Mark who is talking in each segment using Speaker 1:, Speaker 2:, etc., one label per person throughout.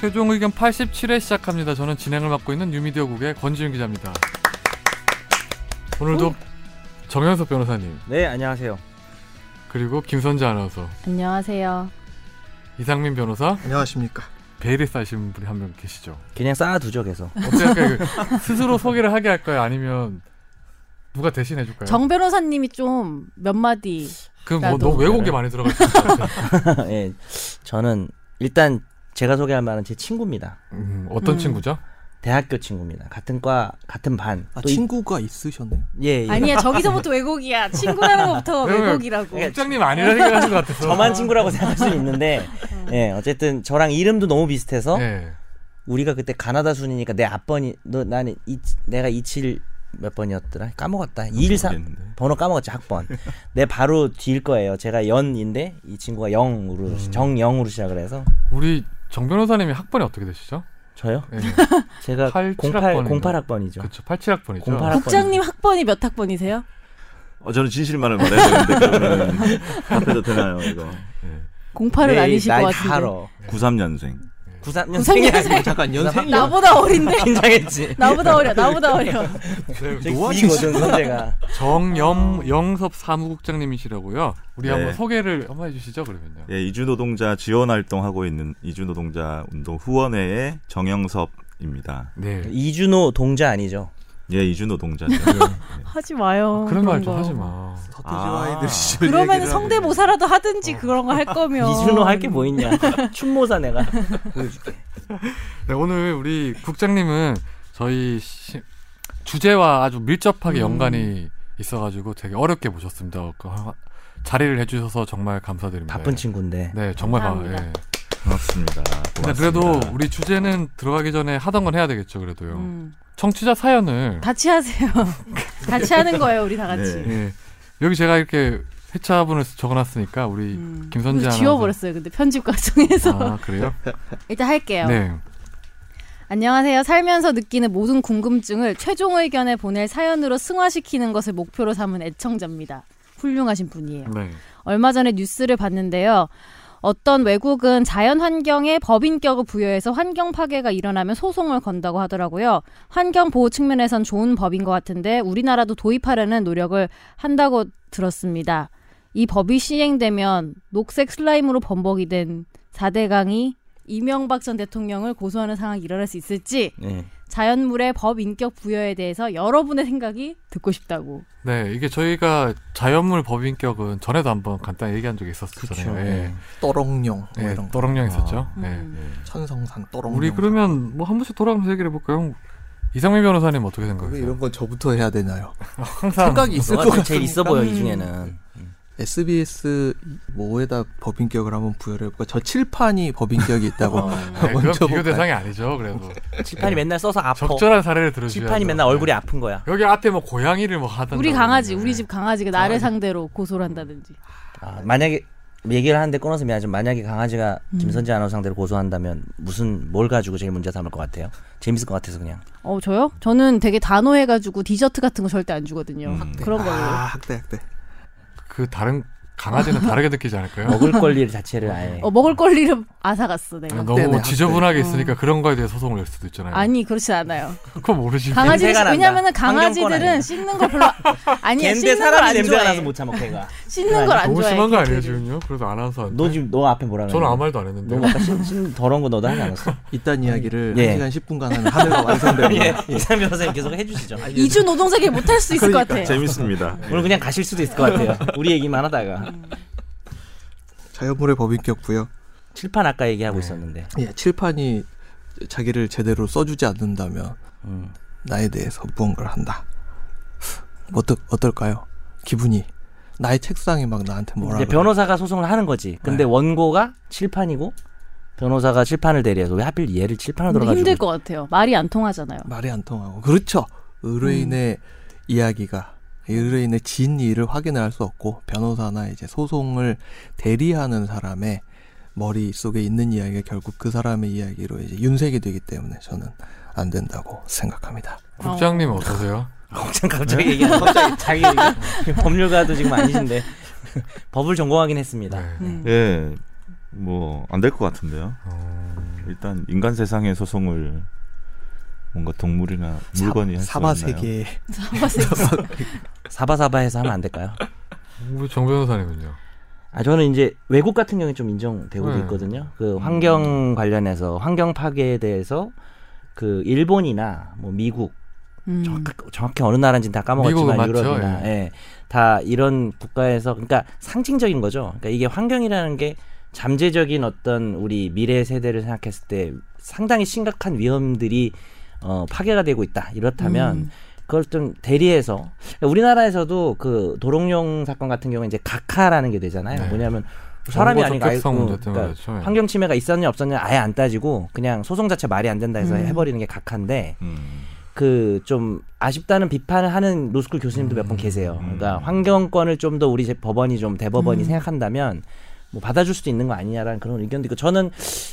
Speaker 1: 최종 의견 87회 시작합니다. 저는 진행을 맡고 있는 뉴미디어국의 권지윤 기자입니다. 오늘도 정현석 변호사님
Speaker 2: 네 안녕하세요.
Speaker 1: 그리고 김선재 아나운서
Speaker 3: 안녕하세요.
Speaker 1: 이상민 변호사
Speaker 4: 안녕하십니까.
Speaker 1: 베일에 싸신 분이 한 명 계시죠.
Speaker 2: 그냥 쌓아두죠 계속.
Speaker 1: 어떻게 할까요? 이거 스스로 소개를 하게 할까요? 아니면 누가 대신해
Speaker 2: 네.
Speaker 1: 줄까요?
Speaker 3: 정 변호사님이 좀 몇 마디
Speaker 1: 그럼 뭐,
Speaker 3: 나도.
Speaker 1: 너 왜곡에 많이 들어갈 수 있어.
Speaker 2: 예, 저는 일단 제가 소개할 만한 제 친구입니다.
Speaker 1: 음, 어떤
Speaker 3: 음.
Speaker 1: 친구죠?
Speaker 2: 대학교 친구입니다. 같은 과 같은 반.
Speaker 4: 아,
Speaker 2: 또 이-
Speaker 4: 친구가 있으셨네요.
Speaker 2: 예, 예.
Speaker 3: 아니야 저기서부터 왜곡이야 친구라는 것부터
Speaker 1: 네, 네.
Speaker 3: 왜곡이라고
Speaker 2: 예,
Speaker 1: 국장님 아니라 생각하는 것 같아서.
Speaker 2: 저만 친구라고 생각할 수는 있는데 예 어쨌든 저랑 이름도 너무 비슷해서
Speaker 1: 예.
Speaker 2: 우리가 그때 가나다 순이니까 내 앞번이 너 나는 이, 내가 27 몇 번이었더라
Speaker 1: 아,
Speaker 2: 까먹었다 213
Speaker 5: 모르겠는데.
Speaker 2: 번호 까먹었지 학번 내 바로 뒤일 거예요 제가 연인데 이 친구가 영으로
Speaker 1: 음.
Speaker 2: 정영으로 시작을 해서
Speaker 1: 우리 정 변호사님이 학번이 어떻게 되시죠?
Speaker 2: 저요
Speaker 1: 예.
Speaker 2: 제가
Speaker 1: 8,
Speaker 2: 08
Speaker 1: 학번인가?
Speaker 2: 08 학번이죠
Speaker 1: 그렇죠. 87학번이죠.
Speaker 2: 08 학번이죠.
Speaker 3: 국장님 학번이 몇 학번이세요?
Speaker 5: 어, 저는 진실만을 말해야 되는데 그러면 답해도 되나요 이거?
Speaker 3: 08은
Speaker 2: 네,
Speaker 3: 아니실 것 같은데.
Speaker 5: 93년생.
Speaker 2: 93년생이 어, 아니고
Speaker 4: 잠깐 연생이
Speaker 3: 나보다 어린데.
Speaker 2: 긴장했지.
Speaker 3: 나보다 뭐- 어려. 나보다 어려.
Speaker 1: 네,
Speaker 2: 노아이거든 선재가.
Speaker 1: 정염영섭 사무국장님이시라고요. 우리
Speaker 5: 네.
Speaker 1: 한번 소개를 한번 해주시죠 그러면요.
Speaker 5: 예, 이주노동자 지원 활동하고 있는 이주노동자 운동 후원회의 정영섭입니다.
Speaker 1: 네.
Speaker 2: 이준호 동자 아니죠?
Speaker 5: 예, 이주노동자죠.
Speaker 3: 하지 마요.
Speaker 1: 아, 그런 말 좀
Speaker 3: 아, 거.
Speaker 1: 하지 마.
Speaker 4: 서태지와
Speaker 5: 아.
Speaker 4: 아이들 시절
Speaker 3: 그러면
Speaker 4: 얘기를
Speaker 3: 성대모사라도 하든지
Speaker 1: 어.
Speaker 3: 그런 거 할 거면.
Speaker 2: 이준호 할 게 뭐 있냐? 춤모사 내가 보여줄게.
Speaker 1: 네, 오늘 우리 국장님은 저희 시- 주제와 아주 밀접하게
Speaker 3: 음.
Speaker 1: 연관이 있어가지고 되게 어렵게 모셨습니다. 그 하- 자리를 해주셔서 정말 감사드립니다.
Speaker 2: 바쁜 친구인데.
Speaker 1: 네, 정말 감
Speaker 3: 감사합니다.
Speaker 1: 예.
Speaker 5: 고맙습니다.
Speaker 1: 근데
Speaker 5: 고맙습니다.
Speaker 1: 그래도 우리 주제는 들어가기 전에 하던 건 해야 되겠죠, 그래도요.
Speaker 3: 음.
Speaker 1: 청취자 사연을
Speaker 3: 같이 하세요. 같이 하는 거예요 우리 다 같이.
Speaker 5: 네.
Speaker 1: 예. 여기 제가 이렇게 회차분을 적어놨으니까 우리
Speaker 3: 음.
Speaker 1: 김선재 아나운서.
Speaker 3: 지워버렸어요. 근데 편집 과정에서
Speaker 1: 아 그래요?
Speaker 3: 일단 할게요.
Speaker 1: 네.
Speaker 3: 안녕하세요. 살면서 느끼는 모든 궁금증을 최종 의견에 보낼 사연으로 승화시키는 것을 목표로 삼은 애청자입니다. 훌륭하신 분이에요.
Speaker 1: 네.
Speaker 3: 얼마 전에 뉴스를 봤는데요. 어떤 외국은 자연 환경에 법인격을 부여해서 환경 파괴가 일어나면 소송을 건다고 하더라고요. 환경 보호 측면에선 좋은 법인 것 같은데 우리나라도 도입하려는 노력을 한다고 들었습니다. 이 법이 시행되면 녹색 슬라임으로 범벅이 된 4대강이 이명박 전 대통령을 고소하는 상황이 일어날 수 있을지
Speaker 2: 예.
Speaker 3: 자연물의 법 인격 부여에 대해서 여러분의 생각이 듣고 싶다고.
Speaker 1: 네, 이게 저희가 자연물 법인격은 전에도 한번 간단히 얘기한 적이 있었잖아요.
Speaker 2: 그쵸. 네.
Speaker 1: 예.
Speaker 4: 떠렁령 뭐
Speaker 1: 예,
Speaker 4: 이런 거.
Speaker 1: 떠렁령 있었죠.
Speaker 3: 음.
Speaker 1: 예.
Speaker 4: 천성산 떠렁령.
Speaker 1: 우리 그러면 뭐 한 번씩 돌아가면서 얘기를 해볼까요? 이상민 변호사님 어떻게
Speaker 4: 왜
Speaker 1: 생각하세요?
Speaker 4: 뭐 이런 건 저부터 해야 되나요?
Speaker 1: 항상
Speaker 4: 생각이 있을 것
Speaker 2: 너가
Speaker 4: 같
Speaker 2: 제일 있어 보여 이 중에는.
Speaker 4: SBS 뭐에다 법인격을 한번 부여를 해볼까? 저 칠판이 법인격이 있다고.
Speaker 1: 네, 그건
Speaker 4: 먼저
Speaker 1: 비교
Speaker 4: 볼까요?
Speaker 1: 대상이 아니죠. 그래도
Speaker 2: 칠판이 맨날 써서 아파.
Speaker 1: 적절한 사례를 들어주셔야
Speaker 2: 칠판이 맨날 얼굴이 아픈 거야.
Speaker 1: 여기 앞에 뭐 고양이를 뭐 하던
Speaker 3: 우리 강아지, 우리 집 강아지가 나를 상대로 고소를 한다든지.
Speaker 2: 아, 만약에 얘기를 하는데 끊어서 미안하지만 만약에 강아지가
Speaker 3: 음.
Speaker 2: 김선재 아나운서 상대로 고소한다면 무슨 뭘 가지고 제일 문제 삼을 것 같아요? 재밌을 것 같아서 그냥.
Speaker 3: 어 저요? 저는 되게 단호해가지고 디저트 같은 거 절대 안 주거든요.
Speaker 2: 음,
Speaker 1: 네.
Speaker 3: 그런 걸로.
Speaker 4: 아 학대 학대.
Speaker 1: 그 다른 강아지는 다르게 느끼지 않을까요?
Speaker 2: 먹을 권리 자체를 아예.
Speaker 3: 어, 먹을 권리를 앗아갔어 내가.
Speaker 1: 너무
Speaker 4: 학대네,
Speaker 1: 지저분하게 있으니까 그런 거에 대해 소송을 낼 수도 있잖아요.
Speaker 3: 음. 아니 그렇지 않아요.
Speaker 1: 그건 모르지.
Speaker 3: 강아지
Speaker 2: 냄새가 난다.
Speaker 3: 왜냐면은
Speaker 2: 환경권 아니야.
Speaker 3: 강아지들은 씻는 걸 별로 아니야.
Speaker 2: 걔인데
Speaker 3: 씻는 걸
Speaker 2: 사람이
Speaker 3: 안
Speaker 2: 냄새가
Speaker 3: 좋아해.
Speaker 2: 나서 못 참아 걔가.
Speaker 3: 씻는 걸 안
Speaker 1: 너무
Speaker 3: 좋아해.
Speaker 1: 심한 거 아니에요
Speaker 3: 걔들은.
Speaker 1: 지금요? 그래서 아나운서
Speaker 2: 너 지금 너 앞에 뭐라
Speaker 1: 저는
Speaker 2: 그러냐?
Speaker 1: 아무 말도 안 했는데
Speaker 2: 너무 아까 신, 신 더러운 거 너도 하지 않았어?
Speaker 4: 이딴 이야기를
Speaker 2: 예.
Speaker 4: 1시간 10분간 하면 하늘가 완성되고
Speaker 2: 예. 이상 변호사님 계속 해주시죠.
Speaker 3: 이주 노동자길 못할 수
Speaker 1: 그러니까
Speaker 3: 있을 것 같아.
Speaker 5: 재밌습니다.
Speaker 2: 오늘 그냥 가실 수도 있을 것 같아요. 우리 얘기만 하다가
Speaker 4: 자연물의 법인격 부여.
Speaker 2: 칠판 아까 얘기하고 있었는데
Speaker 4: 예, 칠판이 자기를 제대로 써주지 않는다면
Speaker 2: 음.
Speaker 4: 나에 대해서 무언가를 한다. 어떨 어떨까요? 기분이 나의 책상에 막 나한테 뭐라.
Speaker 2: 이제 변호사가 소송을 하는 거지. 근데 원고가 칠판이고 변호사가 칠판을 대리해서 왜 하필 얘를 칠판으로
Speaker 3: 근데
Speaker 2: 들어가지고
Speaker 3: 힘들 것 같아요. 말이 안 통하잖아요.
Speaker 4: 말이 안 통하고 그렇죠. 의뢰인의
Speaker 2: 음.
Speaker 4: 이야기가 의뢰인의 진위를 확인할 수 없고 변호사나 이제 소송을 대리하는 사람의 머릿 속에 있는 이야기가 결국 그 사람의 이야기로 이제 윤색이 되기 때문에 저는 안 된다고 생각합니다.
Speaker 1: 국장님 어떠세요?
Speaker 2: 걱정 갑자기 얘기하는 갑자기 자기 얘기. 법률가도 지금 아니신데 법을 전공하긴 했습니다.
Speaker 1: 네.
Speaker 3: 음.
Speaker 5: 예. 뭐 안 될 것 같은데요. 일단 인간 세상의 소송을 뭔가 동물이나 물건이 할 수
Speaker 4: 사바
Speaker 5: 있나요?
Speaker 4: 세계
Speaker 2: 사바사바해서 하면 안 될까요?
Speaker 1: 우리 어, 정 변호사님은요.
Speaker 2: 아 저는 이제 외국 같은 경우에 좀 인정되고
Speaker 1: 네.
Speaker 2: 있거든요. 그 환경 관련해서 환경 파괴에 대해서 그 일본이나 뭐 미국
Speaker 3: 음.
Speaker 2: 정확- 정확히 어느 나라인지는 다
Speaker 1: 미국은
Speaker 2: 까먹었지만
Speaker 1: 맞죠,
Speaker 2: 유럽이나
Speaker 1: 예.
Speaker 2: 예. 다 이런 국가에서 그러니까 상징적인 거죠. 그러니까 이게 환경이라는 게 잠재적인 어떤 우리 미래 세대를 생각했을 때 상당히 심각한 위험들이 어, 파괴가 되고 있다. 이렇다면
Speaker 3: 음.
Speaker 2: 그걸 좀 대리해서 그러니까 우리나라에서도 그 도롱뇽 사건 같은 경우에 이제 각하라는 게 되잖아요.
Speaker 1: 네.
Speaker 2: 뭐냐면 사람이
Speaker 1: 정보
Speaker 2: 아니고 아예
Speaker 1: 적격성 네.
Speaker 2: 그-
Speaker 1: 문제 때문에
Speaker 2: 그러니까
Speaker 1: 처음에.
Speaker 2: 환경 침해가 있었냐 없었냐 아예 안 따지고 그냥 소송 자체 말이 안 된다 해서
Speaker 3: 음.
Speaker 2: 해버리는 게 각하인데
Speaker 5: 음.
Speaker 2: 그 좀 아쉽다는 비판을 하는 로스쿨 교수님도 몇 분 계세요.
Speaker 5: 음.
Speaker 2: 그러니까 환경권을 좀 더 우리 이제 법원이 좀 대법원이
Speaker 3: 음.
Speaker 2: 생각한다면 뭐 받아줄 수도 있는 거 아니냐라는 그런 의견도 있고 저는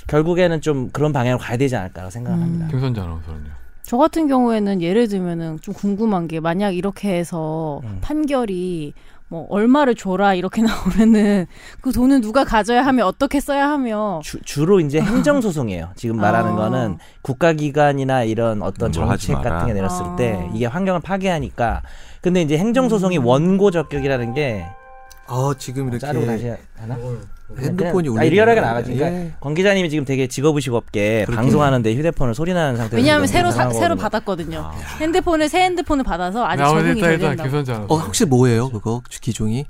Speaker 2: 결국에는 좀 그런 방향으로 가야 되지 않을까라고 생각합니다.
Speaker 1: 김선재 아나운서는요.
Speaker 3: 저 같은 경우에는 예를 들면은 좀 궁금한 게 만약 이렇게 해서
Speaker 2: 음.
Speaker 3: 판결이 뭐 얼마를 줘라 이렇게 나오면은 그 돈은 누가 가져야 하며 어떻게 써야 하며
Speaker 2: 주, 로 이제 행정 소송이에요. 지금 말하는
Speaker 3: 아.
Speaker 2: 거는 국가기관이나 이런 어떤
Speaker 5: 뭘 하지
Speaker 2: 정책
Speaker 5: 마라.
Speaker 2: 같은 게 내렸을
Speaker 3: 아. 음.
Speaker 2: 때 이게 환경을 파괴하니까 근데 이제 행정 소송이 원고 적격이라는 게
Speaker 4: 아 지금 이렇게
Speaker 2: 어, 자르고 다시 하나?
Speaker 4: 핸드폰이
Speaker 2: 그냥-
Speaker 4: 울리는
Speaker 2: 아, 리얼하게
Speaker 4: 거예요.
Speaker 2: 나가지. 그러니까
Speaker 4: 예.
Speaker 2: 권 기자님이 지금 되게 직업의식 없게
Speaker 4: 그렇게.
Speaker 2: 방송하는데 휴대폰을 소리나는 상태에서
Speaker 3: 왜냐하면
Speaker 2: 지금
Speaker 3: 새로 사-
Speaker 2: 네, 방송하고
Speaker 3: 새로
Speaker 2: 있는
Speaker 3: 받았거든요.
Speaker 2: 아.
Speaker 3: 핸드폰을 새 핸드폰을 받아서 아직
Speaker 1: 아무튼
Speaker 3: 적응이
Speaker 1: 일단
Speaker 3: 덜
Speaker 1: 일단
Speaker 3: 된다.
Speaker 1: 김선재 아나운서.
Speaker 4: 어 혹시 뭐예요 그거 기종이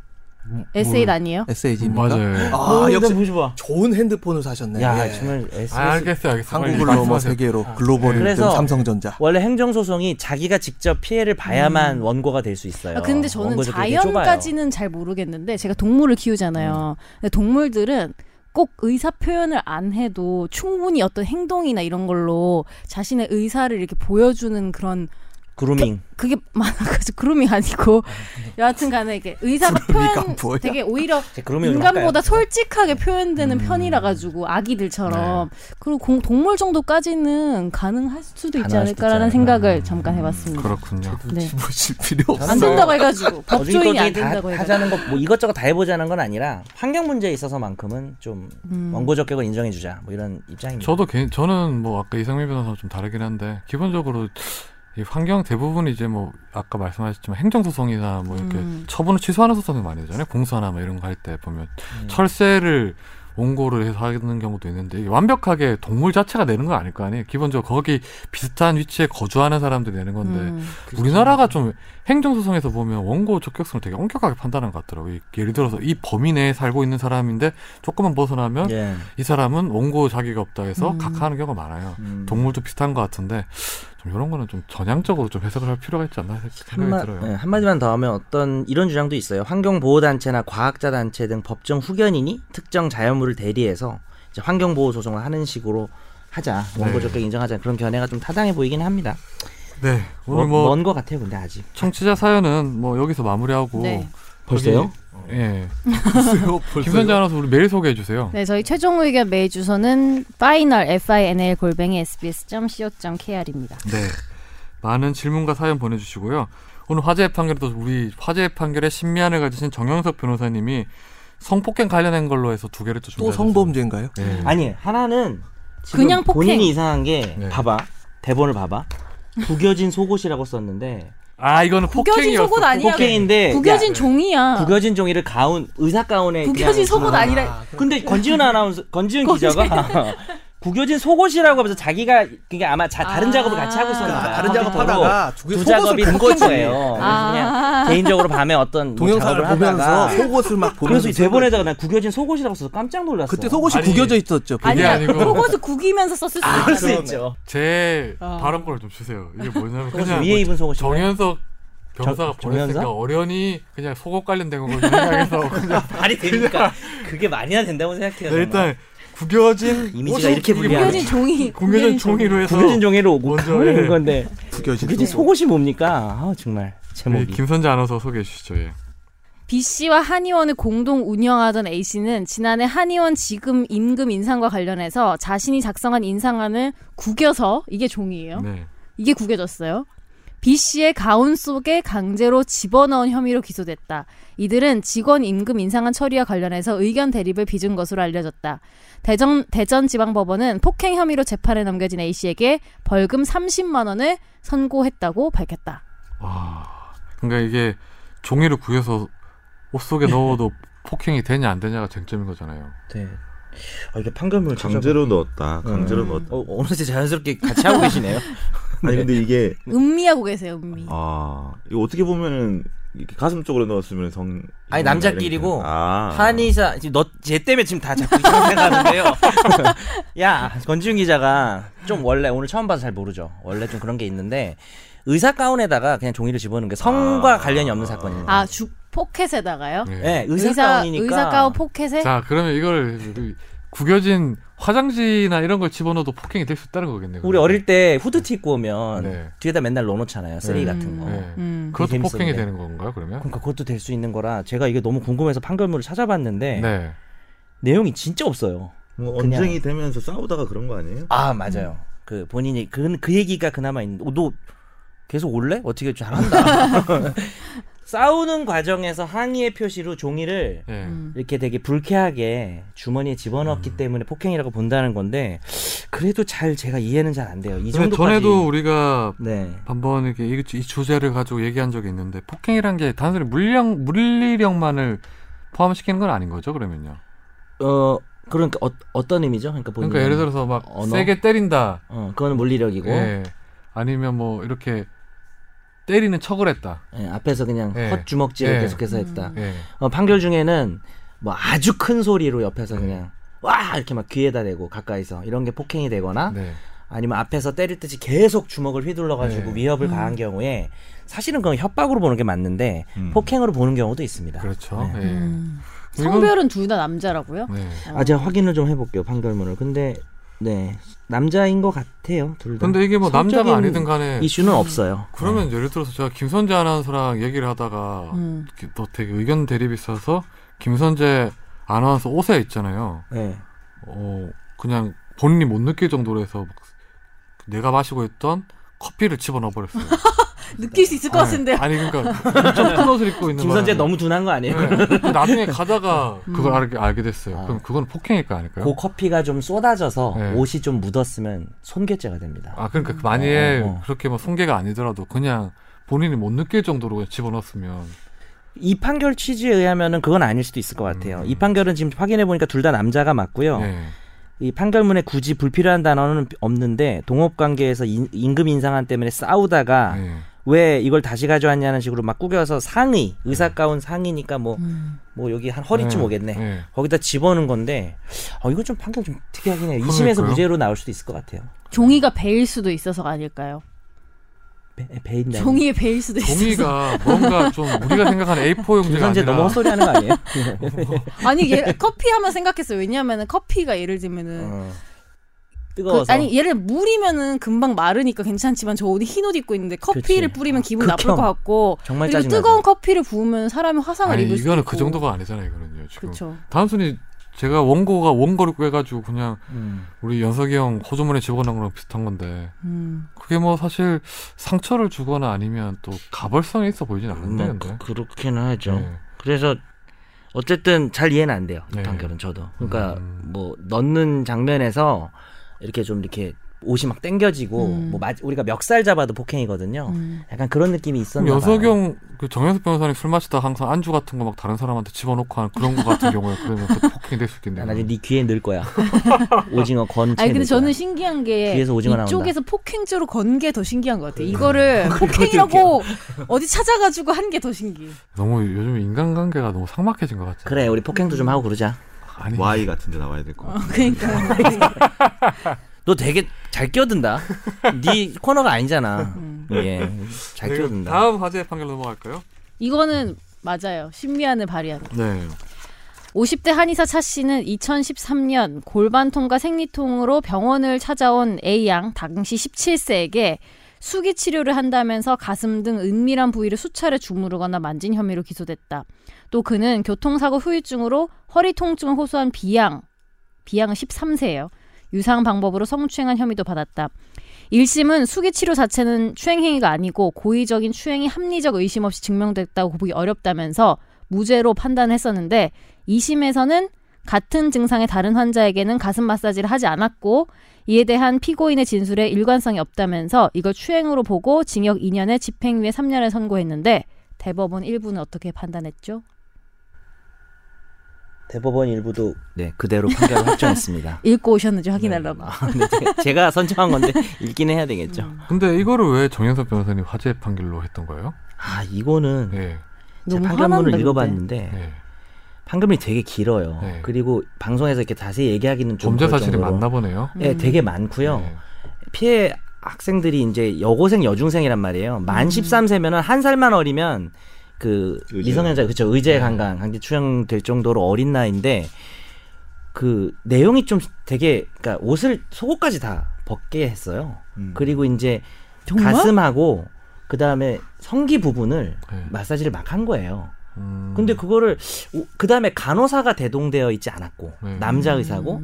Speaker 3: 에세이 아니에요?
Speaker 4: SAG입니까?
Speaker 1: 맞아요.
Speaker 4: 아
Speaker 2: 거예요.
Speaker 4: 역시
Speaker 2: 보지 마.
Speaker 4: 좋은 핸드폰을 사셨네.
Speaker 2: 어, 뭐 야
Speaker 4: 예.
Speaker 2: 정말
Speaker 1: 아,
Speaker 2: SBS
Speaker 1: 알겠어요, 알겠어요. 빨리
Speaker 4: 한국으로 뭐
Speaker 1: 말씀하세요.
Speaker 4: 세계로 글로벌
Speaker 2: 네.
Speaker 4: 1등
Speaker 2: 그래서-
Speaker 4: 삼성전자.
Speaker 2: 원래 행정 소송이 자기가 직접 피해를 봐야만 원고가 될 수 네, 있어요.
Speaker 3: 아, 근데 저는
Speaker 2: 원고 적격이 되게 좁아요. 음.
Speaker 3: 자연까지는 잘 모르겠는데 제가 동물을 키우잖아요. 근데 동물들은 꼭 의사 표현을 안 해도 충분히 어떤 행동이나 이런 걸로 자신의 의사를 이렇게 보여주는 그런
Speaker 2: 그루밍.
Speaker 3: 그게 많아가지고 그룹이 아니고 여하튼간에 이게 의사 표현
Speaker 4: 뭐야?
Speaker 3: 되게 오히려
Speaker 2: 제 그루밍을 좀 할까요?
Speaker 3: 인간보다 솔직하게 표현되는 편이라 가지고 아기들처럼 그리고 공- 동물 정도까지는 가능할 수도 있지
Speaker 2: 가능할 수도
Speaker 3: 않을까라는
Speaker 2: 있지
Speaker 3: 생각을 잠깐 해봤습니다.
Speaker 1: 그렇군요.
Speaker 3: 네.
Speaker 2: 뭐
Speaker 4: 보실 필요 없어.
Speaker 3: 안 된다고 해가지고 법조인이 안
Speaker 2: 어지간히 다
Speaker 3: 된다고 해가지고
Speaker 2: 하자는 거 뭐 이것저것 다 해보자는 건 아니라 환경 문제에 있어서만큼은 좀
Speaker 3: 음.
Speaker 2: 원고 적격을 인정해주자 뭐 이런 입장입니다.
Speaker 1: 저도 개인, 저는 뭐 아까 이상민 변호사랑 좀 다르긴 한데 기본적으로 이 환경 대부분 이제 뭐 아까 말씀하셨지만 행정소송이나 뭐 이렇게
Speaker 3: 음.
Speaker 1: 처분을 취소하는 소송이 많이 되잖아요. 공사나 뭐 이런 거 할 때 보면
Speaker 2: 음.
Speaker 1: 철새를 원고를 해서 하는 경우도 있는데 이게 완벽하게 동물 자체가 내는 건 아닐 거 아니에요. 기본적으로 거기 비슷한 위치에 거주하는 사람들이 내는 건데
Speaker 3: 음.
Speaker 1: 우리나라가 좀 행정소송에서 보면 원고 적격성을 되게 엄격하게 판단하는 것 같더라고요. 예를 들어서 이 범위 내에 살고 있는 사람인데 조금만 벗어나면
Speaker 2: 예.
Speaker 1: 이 사람은 원고 자기가 없다 해서
Speaker 3: 음.
Speaker 1: 각하하는 경우가 많아요.
Speaker 2: 음.
Speaker 1: 동물도 비슷한 것 같은데 좀 이런 거는 좀 전향적으로 좀 해석을 할 필요가 있지 않나 생각이
Speaker 2: 한마,
Speaker 1: 들어요.
Speaker 2: 예, 한마디만 더 하면 어떤 이런 주장도 있어요. 환경보호단체나 과학자단체 등 법정 후견인이 특정 자연물을 대리해서 이제 환경보호 소송을 하는 식으로 하자. 원고
Speaker 1: 네.
Speaker 2: 적격 인정하자. 그런 견해가 좀 타당해 보이긴 합니다.
Speaker 1: 네 오늘
Speaker 2: 먼-
Speaker 1: 뭐
Speaker 2: 먼 거 같아요. 근데 아직.
Speaker 1: 청취자 사연은 뭐 여기서 마무리하고
Speaker 3: 네.
Speaker 2: 벌써요?
Speaker 1: 여기- 예. 김선재 아나운서 우리 메일 소개해 주세요.
Speaker 3: 네, 저희 최종 의견 메일 주소는 final final 골뱅이 sbs.co.kr입니다.
Speaker 1: 네. 많은 질문과 사연 보내주시고요. 오늘 화재 판결도 우리 화재 판결에 신미안을 가지신 정영석 변호사님이 성폭행 관련된 걸로 해서 두 개를 또
Speaker 4: 또
Speaker 1: 준비하셨어요.
Speaker 4: 성범죄인가요? 뭐
Speaker 1: 예.
Speaker 2: 아니 하나는 지금
Speaker 3: 그냥 폭행.
Speaker 2: 본인이 이상한 게
Speaker 1: 네.
Speaker 2: 봐봐 대본을 봐봐 구겨진 속옷이라고 썼는데
Speaker 1: 아 이거는
Speaker 3: 구겨진
Speaker 1: 폭행이었어.
Speaker 3: 속옷 아니야?
Speaker 2: 폭행인데
Speaker 3: 구겨진
Speaker 2: 야,
Speaker 3: 종이야.
Speaker 2: 네, 구겨진 네, 종이를 가운 의사 가운에
Speaker 3: 구겨진 속옷 아니라
Speaker 2: 근데 권지훈 아나운서 권지훈 기자가 구겨진 속옷이라고 하면서 자기가 그게 아마 자- 다른
Speaker 3: 아.
Speaker 2: 작업을 같이 하고 있었나
Speaker 3: 그러니까
Speaker 2: 봐요.
Speaker 3: 다른
Speaker 4: 작업하다가 두
Speaker 2: 두
Speaker 4: 속옷을
Speaker 2: 작업이
Speaker 4: 본
Speaker 2: 섞인
Speaker 4: 거지.
Speaker 2: 거예요. 그래서
Speaker 3: 아.
Speaker 2: 그냥 개인적으로 밤에 어떤 뭐
Speaker 4: 동영상을
Speaker 2: 작업을
Speaker 4: 보면서
Speaker 2: 하다가
Speaker 4: 속옷을 막 보면서
Speaker 2: 그래서 이 대본에다가 난 구겨진 속옷이라고 써서 깜짝 놀랐어.
Speaker 4: 그때 속옷이
Speaker 1: 아니,
Speaker 4: 구겨져 있었죠.
Speaker 1: 아니,
Speaker 4: 그게.
Speaker 3: 아니야.
Speaker 1: 아니고.
Speaker 3: 속옷을 구기면서 썼을 수도
Speaker 2: 그럴 수
Speaker 3: 있잖아.
Speaker 2: 있죠.
Speaker 1: 제
Speaker 3: 어.
Speaker 1: 발언권을 좀 주세요. 이게 뭐냐면
Speaker 2: 그것은
Speaker 1: 그냥
Speaker 2: 위에 입은 속옷이
Speaker 1: 정현석 변호사가
Speaker 2: 어, 정-
Speaker 1: 보냈으니까
Speaker 2: 정현석?
Speaker 1: 어련히 그냥 속옷 관련된 걸 생각해서 그냥
Speaker 2: 말이 됩니까? 그게 말이나 된다고
Speaker 1: 네,
Speaker 2: 생각해요. 정말.
Speaker 1: 일단 구겨진
Speaker 2: 이미지가
Speaker 1: 옷을
Speaker 2: 이렇게
Speaker 1: 구겨-
Speaker 2: 불리하네.
Speaker 3: 구겨진 종이.
Speaker 1: 아, 구겨진 종이로 해서
Speaker 2: 구겨진 종이로 오고
Speaker 1: 먼저,
Speaker 2: 가버리는
Speaker 1: 예.
Speaker 2: 건데
Speaker 4: 구겨진
Speaker 2: 구겨진
Speaker 4: 속옷.
Speaker 2: 속옷이 뭡니까? 아 정말
Speaker 1: 우리
Speaker 2: 제목이
Speaker 1: 김선재 아나운서 소개해 주시죠. 예.
Speaker 3: B 씨와 한의원을 공동 운영하던 A 씨는 지난해 한의원 지금 임금 인상과 관련해서 자신이 작성한 인상안을 구겨서 이게 종이에요.
Speaker 1: 네.
Speaker 3: 이게 구겨졌어요. B 씨의 가운 속에 강제로 집어넣은 혐의로 기소됐다. 이들은 직원 임금 인상안 처리와 관련해서 의견 대립을 빚은 것으로 알려졌다. 대전, 대전지방법원은 폭행 혐의로 재판에 넘겨진 A 씨에게 벌금 30만 원을 선고했다고 밝혔다.
Speaker 1: 와. 그러니까 이게 종이를 구해서 옷 속에 넣어도 폭행이 되냐 안 되냐가 쟁점인 거잖아요.
Speaker 2: 네. 아, 이게 판결문을
Speaker 5: 강제로 넣었다. 강제로
Speaker 3: 음.
Speaker 5: 넣었다.
Speaker 2: 어, 어느새 자연스럽게 같이 하고 계시네요.
Speaker 5: 아니 근데 이게
Speaker 2: 네.
Speaker 3: 음미하고 계세요, 음미.
Speaker 5: 아 이거 어떻게 보면은 이렇게 가슴 쪽으로 넣었으면 성
Speaker 2: 아니, 남자끼리고
Speaker 5: 아.
Speaker 2: 한의사 지금 너쟤 때문에 지금 다 자꾸 이상한 생각하는데요. 야 권지윤 기자가 좀 원래 오늘 처음 봐서 잘 모르죠. 원래 좀 그런 게 있는데 의사 가운에다가 그냥 종이를 집어넣는 게 성과
Speaker 5: 아.
Speaker 2: 관련이 없는 사건이에요.
Speaker 3: 아, 주 포켓에다가요?
Speaker 1: 네.
Speaker 2: 네, 의사,
Speaker 3: 의사,
Speaker 2: 가운이니까.
Speaker 3: 의사 가운
Speaker 2: 네.
Speaker 3: 포켓에?
Speaker 1: 자, 그러면 이걸 그 구겨진 화장지나 이런 걸 집어넣어도 폭행이 될 수 있다는 거겠네요.
Speaker 2: 우리 어릴 때 후드티 입고 오면
Speaker 1: 네.
Speaker 2: 뒤에다 맨날 넣어놓잖아요. 쓰레기
Speaker 1: 네.
Speaker 2: 같은 거.
Speaker 1: 네.
Speaker 3: 음.
Speaker 1: 그것도
Speaker 2: 재밌었네.
Speaker 1: 폭행이 되는 건가요, 그러면?
Speaker 2: 그러니까 그것도 될 수 있는 거라 제가 이게 너무 궁금해서 판결문을 찾아봤는데
Speaker 1: 네.
Speaker 2: 내용이 진짜 없어요.
Speaker 5: 뭐
Speaker 2: 그냥-
Speaker 5: 언쟁이 되면서 싸우다가 그런 거 아니에요?
Speaker 2: 아 맞아요. 그 본인이 그, 그 얘기가 그나마 있는데 어, 너 계속 올래? 어떻게 잘한다. 싸우는 과정에서 항의의 표시로 종이를
Speaker 1: 예.
Speaker 3: 음.
Speaker 2: 이렇게 되게 불쾌하게 주머니에 집어넣었기
Speaker 1: 음.
Speaker 2: 때문에 폭행이라고 본다는 건데 그래도 잘 제가 이해는 잘 안 돼요. 이
Speaker 1: 근데
Speaker 2: 정도까지.
Speaker 1: 전에도 우리가
Speaker 2: 네.
Speaker 1: 한번 이렇게 이, 주- 이 주제를 가지고 얘기한 적이 있는데 폭행이란 게 단순히 물량 물리력만을 포함시키는 건 아닌 거죠, 그러면요.
Speaker 2: 어 그러니까 어, 어떤 의미죠? 그러니까 본인.
Speaker 1: 그러니까 예를 들어서 막
Speaker 2: 언어?
Speaker 1: 세게 때린다.
Speaker 2: 어 그거는 물리력이고
Speaker 1: 예. 아니면 뭐 이렇게 때리는 척을 했다.
Speaker 2: 예, 앞에서 그냥
Speaker 1: 예.
Speaker 2: 헛주먹질을
Speaker 1: 예.
Speaker 2: 계속해서 했다.
Speaker 1: 예.
Speaker 2: 어, 판결 중에는 뭐 아주 큰 소리로 옆에서 그냥 와 이렇게 막 귀에다 대고 가까이서 이런 게 폭행이 되거나
Speaker 1: 네.
Speaker 2: 아니면 앞에서 때릴 듯이 계속 주먹을 휘둘러 가지고
Speaker 1: 네.
Speaker 2: 위협을 가한 경우에 사실은 그건 협박으로 보는 게 맞는데
Speaker 5: 음.
Speaker 2: 폭행으로 보는 경우도 있습니다.
Speaker 1: 그렇죠.
Speaker 2: 네.
Speaker 1: 예.
Speaker 3: 음.
Speaker 1: 이건-
Speaker 3: 성별은 둘 다 남자라고요?
Speaker 1: 네.
Speaker 2: 아 제가 확인을 좀 해볼게요 판결문을. 근데 네 남자인 것 같아요 둘 다.
Speaker 1: 근데 이게 뭐 남자가
Speaker 2: 성적인
Speaker 1: 아니든 간에
Speaker 2: 이슈는 없어요.
Speaker 1: 그러면 예를 들어서 제가 김선재 아나운서랑 얘기를 하다가
Speaker 3: 음.
Speaker 1: 이렇게 또 되게 의견 대립이 있어서 김선재 아나운서 옷에 있잖아요.
Speaker 2: 네.
Speaker 1: 어, 그냥 본인이 못 느낄 정도로 해서 막 내가 마시고 있던 커피를 집어넣어 버렸어요.
Speaker 3: 느낄 수 있을
Speaker 2: 네.
Speaker 3: 것 같은데요.
Speaker 1: 아니 그러니까 엄청 큰 옷을 입고 있는
Speaker 2: 김선재
Speaker 1: 바람에.
Speaker 2: 너무 둔한 거 아니에요?
Speaker 1: 네. 근데 나중에 가다가 그걸 알게, 알게 됐어요.
Speaker 2: 아.
Speaker 1: 그럼 그건 폭행일 거 아닐까요?
Speaker 2: 그 커피가 좀 쏟아져서
Speaker 1: 네.
Speaker 2: 옷이 좀 묻었으면 손괴죄가 됩니다.
Speaker 1: 아 그러니까 그 만약에
Speaker 2: 어, 어, 어.
Speaker 1: 그렇게 뭐 손괴가 아니더라도 그냥 본인이 못 느낄 정도로 그냥 집어넣었으면
Speaker 2: 이 판결 취지에 의하면은 그건 아닐 수도 있을 것 같아요.
Speaker 1: 음.
Speaker 2: 이 판결은 지금 확인해 보니까 둘 다 남자가 맞고요.
Speaker 1: 예.
Speaker 2: 이 판결문에 굳이 불필요한 단어는 없는데 동업 관계에서 인- 임금 인상안 때문에 싸우다가
Speaker 1: 예.
Speaker 2: 왜 이걸 다시 가져왔냐는 식으로 막 꾸겨서 상의 의사
Speaker 1: 네.
Speaker 2: 가운 상의니까 뭐 뭐
Speaker 3: 음.
Speaker 2: 여기 한 허리쯤
Speaker 1: 예.
Speaker 2: 오겠네.
Speaker 1: 예.
Speaker 2: 거기다 집어넣은 건데 어 이거 좀 판결 좀 특이하긴 해요. 2심에서
Speaker 1: 그러니까요.
Speaker 2: 무죄로 나올 수도 있을 것 같아요.
Speaker 3: 종이가 배일 수도 있어서가 아닐까요?
Speaker 2: 배, 배인다.
Speaker 3: 종이에 배일 수도 있어서.
Speaker 1: 종이가 뭔가 좀 우리가 생각하는 A4 용지가
Speaker 2: 김선재
Speaker 1: 아니라
Speaker 2: 너무 헛소리 하는 거 아니에요?
Speaker 3: 아니 얘, 커피 하면 생각했어요. 왜냐하면 커피가 예를 들면은
Speaker 2: 어.
Speaker 3: 그,
Speaker 2: 뜨거워서
Speaker 3: 아니 얘를 물이면은 금방 마르니까 괜찮지만 저 오늘 흰 옷 입고 있는데 커피를
Speaker 2: 그치.
Speaker 3: 뿌리면 기분
Speaker 2: 극혐.
Speaker 3: 나쁠 것 같고
Speaker 2: 정말
Speaker 3: 그리고
Speaker 2: 짜증나.
Speaker 3: 뜨거운 커피를 부으면 사람이 화상을
Speaker 1: 아니
Speaker 3: 입을 수도
Speaker 1: 이거는
Speaker 3: 있고.
Speaker 1: 그 정도가 아니잖아요, 이거는요. 지금
Speaker 3: 그렇죠.
Speaker 1: 단순히 제가 원고가 원고를 빼가지고 그냥
Speaker 2: 음.
Speaker 1: 우리 연석이 형 호주머니에 집어넣은 거랑 비슷한 건데
Speaker 3: 음.
Speaker 1: 그게 뭐 사실 상처를 주거나 아니면 또 가벌성이 있어 보이진 않는데
Speaker 2: 뭐
Speaker 1: 근데
Speaker 2: 그, 그렇게는 하죠.
Speaker 1: 예.
Speaker 2: 그래서 어쨌든 잘 이해는 안 돼요. 이
Speaker 1: 네.
Speaker 2: 판결은 저도. 그러니까
Speaker 1: 음.
Speaker 2: 뭐 넣는 장면에서 이렇게 좀 이렇게 옷이 막 땡겨지고
Speaker 3: 음.
Speaker 2: 뭐 마- 우리가 멱살 잡아도 폭행이거든요.
Speaker 3: 음.
Speaker 2: 약간 그런 느낌이 있었나
Speaker 1: 그럼
Speaker 2: 봐요.
Speaker 1: 여석영 그 정현석 변호사님 술 마시다 가 항상 안주 같은 거 막 다른 사람한테 집어넣고 하는 그런 거 같은 경우에 그러면 또 폭행이 될 수 있겠네요.
Speaker 2: 나 나중에 네 귀에 넣을 거야. 오징어 건. 채
Speaker 3: 아니
Speaker 2: 넣을
Speaker 3: 근데
Speaker 2: 거야.
Speaker 3: 저는 신기한 게
Speaker 2: 뒤에서 오징어 나온다. 그
Speaker 3: 이쪽에서 폭행죄로 건 게 더 신기한 것 같아요. 이거를 폭행이라고 어디 찾아가지고 한 게 더 신기.
Speaker 1: 너무 요즘 인간관계가 너무 삭막해진 것 같아.
Speaker 2: 그래 우리 폭행도 좀 하고 그러자.
Speaker 1: 아니
Speaker 5: Y 같은데 나와야 될 거.
Speaker 3: 어, 그러니까.
Speaker 2: 너 되게 잘 끼어든다. 네 코너가 아니잖아.
Speaker 3: 음.
Speaker 2: 예, 잘
Speaker 1: 네,
Speaker 2: 끼어든다.
Speaker 1: 다음 화제 판결 넘어갈까요?
Speaker 3: 이거는 맞아요. 신미안을 발휘한.
Speaker 1: 네.
Speaker 3: 50대 한의사 차 씨는 2013년 골반통과 생리통으로 병원을 찾아온 A 양 당시 17세에게 수기 치료를 한다면서 가슴 등 은밀한 부위를 수차례 주무르거나 만진 혐의로 기소됐다. 또 그는 교통사고 후유증으로 허리 통증을 호소한 B 양, B 양은 13세예요. 유사한 방법으로 성추행한 혐의도 받았다. 1심은 수기 치료 자체는 추행행위가 아니고 고의적인 추행이 합리적 의심 없이 증명됐다고 보기 어렵다면서 무죄로 판단했었는데 2심에서는 같은 증상의 다른 환자에게는 가슴 마사지를 하지 않았고 이에 대한 피고인의 진술에 일관성이 없다면서 이걸 추행으로 보고 징역 2년에 집행유예 3년을 선고했는데 대법원 일부는 어떻게 판단했죠?
Speaker 2: 대법원 일부도 네 그대로 판결을 확정했습니다.
Speaker 3: 읽고 오셨는지 확인하려고.
Speaker 2: 네. 아, 근데 제- 제가 선정한 건데 읽긴 해야 되겠죠.
Speaker 3: 음.
Speaker 1: 근데 이거를 왜 정현석 변호사님 화재 판결로 했던 거예요?
Speaker 2: 아 이거는
Speaker 1: 네.
Speaker 2: 제
Speaker 3: 너무
Speaker 2: 판결문을
Speaker 3: 화난다,
Speaker 2: 읽어봤는데
Speaker 1: 네.
Speaker 2: 판결문이 되게 길어요.
Speaker 1: 네.
Speaker 2: 그리고 방송에서 이렇게 자세히 얘기하기는 좀
Speaker 1: 범죄
Speaker 2: 그럴
Speaker 1: 사실이
Speaker 2: 정도로.
Speaker 1: 맞나 보네요.
Speaker 2: 네,
Speaker 3: 음.
Speaker 2: 되게 많고요.
Speaker 1: 네.
Speaker 2: 피해 학생들이 이제 여고생, 여중생이란 말이에요. 만 13세면은 한 살만 어리면 그
Speaker 5: 의제.
Speaker 2: 미성년자 그쵸 의제 강간 강제 추행 될 정도로 어린 나이인데 그 내용이 좀 되게 그러니까 옷을 속옷까지 다 벗게 했어요.
Speaker 5: 음.
Speaker 2: 그리고 이제
Speaker 3: 정말?
Speaker 2: 가슴하고 그 다음에 성기 부분을
Speaker 1: 네.
Speaker 2: 마사지를 막 한 거예요.
Speaker 1: 음,
Speaker 2: 근데 그거를 그 다음에 간호사가 대동되어 있지 않았고
Speaker 1: 네.
Speaker 2: 남자 의사고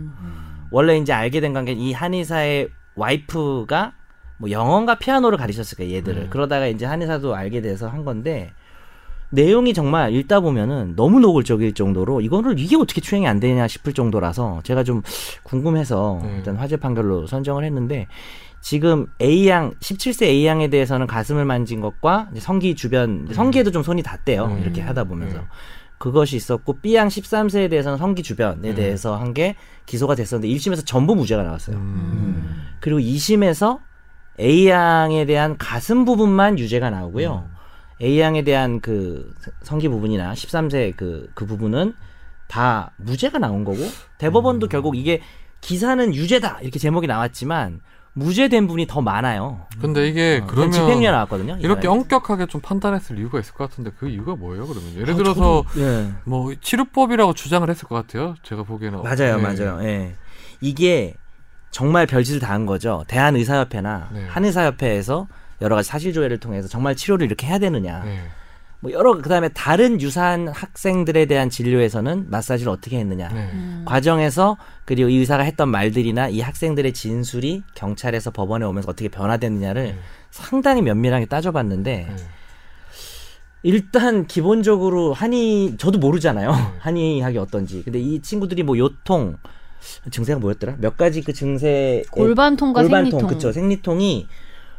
Speaker 2: 원래 이제 알게 된 관계는 이 한의사의 와이프가 뭐 영어과 피아노를 가르쳤을 거예요 얘들을
Speaker 1: 네.
Speaker 2: 그러다가 이제 한의사도 알게 돼서 한 건데 내용이 정말 읽다 보면은 너무 노골적일 정도로 이거를 이게 어떻게 추행이 안 되냐 싶을 정도라서 제가 좀 궁금해서
Speaker 1: 네.
Speaker 2: 일단 화재 판결로 선정을 했는데 지금 A양 17세 A양에 대해서는 가슴을 만진 것과 이제 성기 주변 성기에도 좀 손이 닿대요
Speaker 1: 음.
Speaker 2: 이렇게 하다 보면서
Speaker 1: 네.
Speaker 2: 그것이 있었고 B양 13세에 대해서는 성기
Speaker 1: 음.
Speaker 2: 주변에 대해서 한 게 기소가 됐었는데 1심에서 전부 무죄가 나왔어요
Speaker 1: 음,
Speaker 2: 그리고 2심에서 A양에 대한 가슴 부분만 유죄가 나오고요.
Speaker 1: 음.
Speaker 2: A양에 대한 그 성기 부분이나 13세 그, 그 부분은 다 무죄가 나온 거고
Speaker 1: 음.
Speaker 2: 대법원도 결국 이게 기사는 유죄다 이렇게 제목이 나왔지만 무죄된 부분이 더 많아요.
Speaker 1: 근데 이게
Speaker 2: 어, 그건
Speaker 1: 네, 그러면
Speaker 2: 집행유예 나왔거든요. 이
Speaker 1: 이렇게
Speaker 2: 사람이.
Speaker 1: 엄격하게 좀 판단했을 이유가 있을 것 같은데 그 이유가 뭐예요? 그러면 예를
Speaker 2: 아,
Speaker 1: 들어서
Speaker 2: 저도- 예.
Speaker 1: 뭐 치료법이라고 주장을 했을 것 같아요. 제가 보기에는
Speaker 2: 맞아요,
Speaker 1: 네.
Speaker 2: 맞아요. 예. 이게 정말 별짓을 다 한 거죠. 대한의사협회나
Speaker 1: 네.
Speaker 2: 한의사협회에서 여러 가지 사실조회를 통해서 정말 치료를 이렇게 해야 되느냐.
Speaker 1: 네.
Speaker 2: 뭐 여러 그다음에 다른 유사한 학생들에 대한 진료에서는 마사지를 어떻게 했느냐.
Speaker 1: 네.
Speaker 3: 음.
Speaker 2: 과정에서 그리고 이 의사가 했던 말들이나 이 학생들의 진술이 경찰에서 법원에 오면서 어떻게 변화됐느냐를 상당히 면밀하게 따져봤는데
Speaker 1: 네.
Speaker 2: 일단 기본적으로 한의 저도 모르잖아요
Speaker 1: 네.
Speaker 2: 한의학이 어떤지 근데 이 친구들이 뭐 요통 증세가 뭐였더라 몇 가지 그 증세
Speaker 3: 골반통과
Speaker 2: 골반통
Speaker 3: 생리통.
Speaker 2: 그쵸 생리통이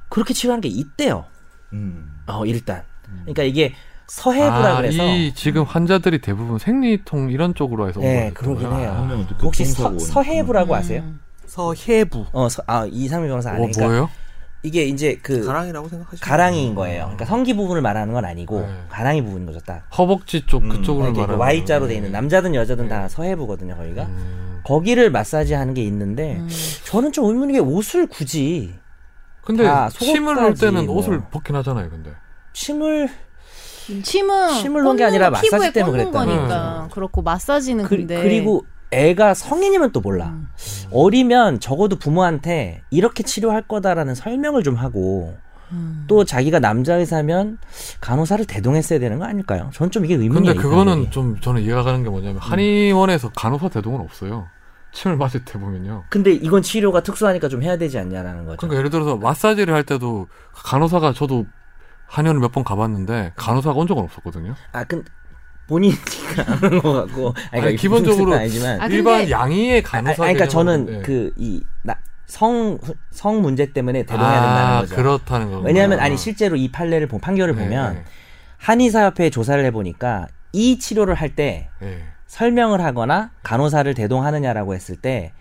Speaker 2: 그렇게 치료하는 게 있대요
Speaker 5: 음.
Speaker 2: 어 일단 그러니까 이게 서해부라
Speaker 1: 아,
Speaker 2: 그래서
Speaker 1: 이 지금 환자들이 대부분 생리통 이런 쪽으로 해서 온
Speaker 2: 네,
Speaker 1: 거였던
Speaker 2: 그러긴
Speaker 1: 거예요?
Speaker 2: 해요.
Speaker 5: 한 명은 또
Speaker 2: 혹시 서,
Speaker 5: 교통사고
Speaker 3: 음.
Speaker 2: 서해부라고 아세요?
Speaker 4: 서해부
Speaker 2: 어아 이상민 변호사
Speaker 1: 음. 어,
Speaker 2: 아니까
Speaker 1: 뭐예요?
Speaker 2: 이게 이제 그
Speaker 4: 가랑이라고 생각하시면
Speaker 2: 가랑이인 거예요. 그러니까 성기 부분을 말하는 건 아니고
Speaker 1: 네.
Speaker 2: 가랑이 부분인 거죠, 딱.
Speaker 1: 허벅지 쪽
Speaker 5: 음,
Speaker 1: 그쪽으로
Speaker 2: 이렇게 그
Speaker 1: 말하는
Speaker 2: Y자로 돼
Speaker 1: 거예요.
Speaker 2: 있는 남자든 여자든
Speaker 1: 네.
Speaker 2: 다 서해부거든요, 거기가.
Speaker 1: 음.
Speaker 2: 거기를 마사지하는 게 있는데
Speaker 3: 음.
Speaker 2: 저는 좀 의문인 게 옷을 굳이
Speaker 1: 근데
Speaker 2: 다
Speaker 1: 침을 넣을
Speaker 2: 속옷까지
Speaker 1: 때는
Speaker 2: 뭐.
Speaker 1: 옷을 벗긴 하잖아요, 근데.
Speaker 2: 침을
Speaker 3: 침은
Speaker 2: 침을 넣은 게
Speaker 3: 꽂는
Speaker 2: 아니라
Speaker 3: 거,
Speaker 2: 마사지
Speaker 3: 피부에
Speaker 2: 때문에
Speaker 3: 꽂는
Speaker 2: 그랬다는
Speaker 3: 거니까 그렇고 마사지는
Speaker 2: 그,
Speaker 3: 근데 음.
Speaker 2: 리고 애가 성인이면 또 몰라. 어리면 적어도 부모한테 이렇게 치료할 거다라는 설명을 좀 하고
Speaker 3: 음.
Speaker 2: 또 자기가 남자 의사면 간호사를 대동했어야 되는 거 아닐까요? 저는 좀 이게 의문이에요. 음.
Speaker 1: 근데
Speaker 2: 이 판결이.
Speaker 1: 그거는 좀 저는 이해가 가는 게 뭐냐면 한의원에서 간호사 대동은 없어요. 침을 맞을 때 보면요.
Speaker 2: 근데 이건 치료가 특수하니까 좀 해야 되지 않냐라는 거죠.
Speaker 1: 그러니까 예를 들어서 마사지를 할 때도 간호사가 저도 한의원을 몇 번 가봤는데 간호사가 온 적은 없었거든요.
Speaker 2: 아, 근 본인이 아는 것 같고. 아니, 그러니까
Speaker 1: 아니,
Speaker 2: 무슨
Speaker 1: 기본적으로
Speaker 2: 뜻은 아니지만.
Speaker 3: 아,
Speaker 2: 아,
Speaker 3: 근데-
Speaker 1: 일반 양의의
Speaker 2: 아,
Speaker 1: 간호사.
Speaker 2: 그러니까 저는
Speaker 1: 개념은- 네.
Speaker 2: 그이성성 문제 때문에 대동해야
Speaker 1: 아, 네,
Speaker 2: 된다는 거죠.
Speaker 1: 그렇다는 거.
Speaker 2: 왜냐하면 아니 실제로 이 판례를 보- 판결을 보면 한의사협회 조사를 해보니까 이 치료를 할 때
Speaker 1: 예.
Speaker 2: 설명을 하거나 간호사를 대동하느냐라고 했을 때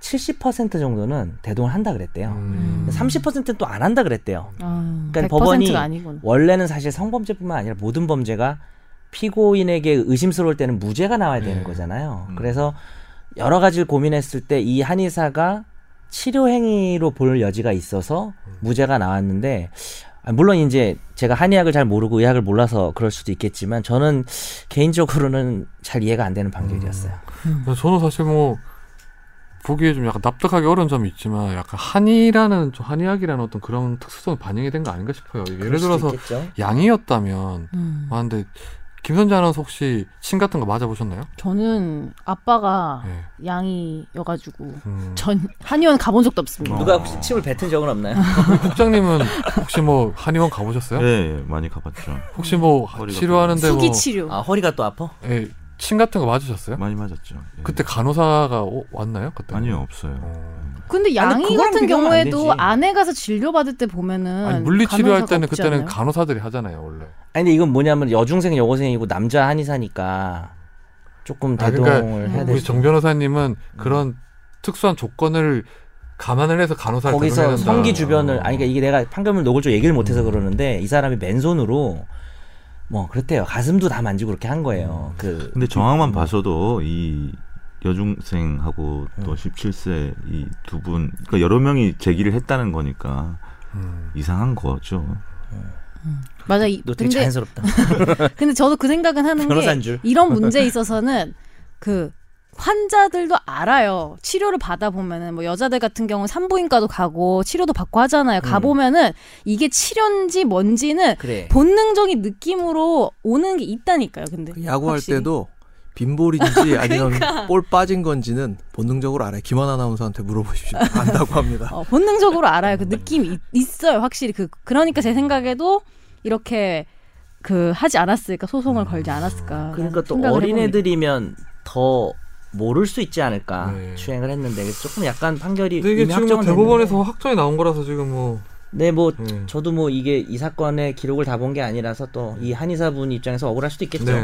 Speaker 2: 70% 정도는 대동을 한다 그랬대요.
Speaker 1: 음.
Speaker 2: 30%는 또 안 한다 그랬대요.
Speaker 3: 아,
Speaker 2: 음. 그러니까
Speaker 3: 100%가
Speaker 2: 법원이
Speaker 3: 아니구나.
Speaker 2: 원래는 사실 성범죄뿐만 아니라 모든 범죄가 피고인에게 의심스러울 때는 무죄가 나와야 되는
Speaker 1: 네.
Speaker 2: 거잖아요.
Speaker 5: 음.
Speaker 2: 그래서 여러 가지를 고민했을 때 이 한의사가 치료 행위로 볼 여지가 있어서 무죄가 나왔는데 아, 물론 이제 제가 한의학을 잘 모르고 의학을 몰라서 그럴 수도 있겠지만 저는 개인적으로는 잘 이해가 안 되는 판결이었어요.
Speaker 1: 저는 사실 뭐 보기에 좀 약간 납득하기 어려운 점이 있지만 약간 한의라는 좀 한의학이라는 어떤 그런 특수성이 반영이 된 거 아닌가 싶어요. 예를
Speaker 2: 그럴 수도
Speaker 1: 들어서
Speaker 2: 있겠죠.
Speaker 1: 양이었다면
Speaker 3: 음.
Speaker 1: 아 근데 김선재 아나운서 혹시 침 같은 거 맞아보셨나요?
Speaker 3: 저는 아빠가
Speaker 1: 예.
Speaker 3: 양이여가지고
Speaker 1: 음.
Speaker 3: 전 한의원 가본 적도 없습니다.
Speaker 5: 어.
Speaker 2: 누가 혹시 침을 뱉은 적은 없나요?
Speaker 1: 국장님은 혹시 뭐 한의원 가보셨어요?
Speaker 5: 예, 예, 많이 가봤죠.
Speaker 1: 혹시 뭐
Speaker 5: 허리가
Speaker 1: 치료하는데 뭐
Speaker 3: 수기 치료.
Speaker 2: 아 허리가 또 아파?
Speaker 1: 예, 침 같은 거 맞으셨어요?
Speaker 5: 많이 맞았죠. 예.
Speaker 1: 그때 간호사가 오- 왔나요? 그때
Speaker 5: 아니요 없어요.
Speaker 1: 어.
Speaker 3: 근데
Speaker 2: 아니,
Speaker 3: 양이
Speaker 2: 그거랑
Speaker 3: 같은
Speaker 2: 비교하면 안 되지.
Speaker 3: 경우에도 안에 가서 진료 받을 때 보면은
Speaker 1: 아니 물리 치료할
Speaker 3: 간호사가
Speaker 1: 때는
Speaker 3: 없지
Speaker 1: 그때는
Speaker 3: 않나요?
Speaker 1: 간호사들이 하잖아요 원래.
Speaker 2: 아니 근데 이건 뭐냐면 여중생 여고생이고 남자 한의사니까 조금
Speaker 1: 아,
Speaker 2: 대동을
Speaker 1: 그러니까
Speaker 2: 해야
Speaker 1: 우리
Speaker 2: 되죠.
Speaker 1: 정 변호사님은 그런 특수한 조건을 감안을 해서 간호사를
Speaker 2: 거기서
Speaker 1: 대동해야 된다. 어.
Speaker 2: 성기 주변을 아니 그러니까 이게 내가 판결문 노골적으로 얘기를 못해서
Speaker 1: 음.
Speaker 2: 그러는데 이 사람이 맨손으로 뭐 그랬대요. 가슴도 다 만지고 그렇게 한 거예요.
Speaker 1: 음.
Speaker 2: 그
Speaker 5: 근데
Speaker 1: 어.
Speaker 5: 정황만 봐서도 이 여중생하고
Speaker 1: 어.
Speaker 5: 또 17세 이 두 분, 그러니까 여러 명이 제기를 했다는 거니까
Speaker 1: 음.
Speaker 5: 이상한 거죠.
Speaker 3: 맞아. 이-
Speaker 2: 너 되게
Speaker 3: 근데
Speaker 2: 자연스럽다.
Speaker 3: 근데 저도 그 생각은 하는
Speaker 2: 변호사인
Speaker 3: 게
Speaker 2: 줄.
Speaker 3: 이런 문제에 있어서는 그 환자들도 알아요. 치료를 받아 보면은 뭐 여자들 같은 경우 산부인과도 가고 치료도 받고
Speaker 1: 음.
Speaker 3: 하잖아요. 가 보면은 이게 치료인지 뭔지는
Speaker 2: 그래.
Speaker 3: 본능적인 느낌으로 오는 게 있다니까요. 근데
Speaker 2: 그
Speaker 4: 야구할
Speaker 3: 확실히.
Speaker 4: 때도 빈볼인지 아니면 볼 빠진 건지는 본능적으로 알아요. 김한 아나운서한테 물어보십시오. 안다고 합니다.
Speaker 3: 어, 본능적으로 알아요. 그 느낌이 있- 있어요. 확실히 그 그러니까 제 생각에도 이렇게 그 하지 않았을까 소송을 걸지 않았을까.
Speaker 2: 그러니까 또
Speaker 3: 생각을 해봅니다.
Speaker 2: 어린애들이면 더 모를 수 있지 않을까
Speaker 1: 네.
Speaker 2: 추행을 했는데 조금 약간 판결이
Speaker 1: 근데 이게
Speaker 2: 이미
Speaker 1: 지금 뭐
Speaker 2: 확정은
Speaker 1: 대법원에서 확정이 나온 거라서 지금 뭐
Speaker 2: 네뭐
Speaker 1: 예.
Speaker 2: 저도 뭐 이게 이 사건의 기록을 다 본 게 아니라서 또 이 한의사분 입장에서 억울할 수도 있겠죠.
Speaker 1: 네.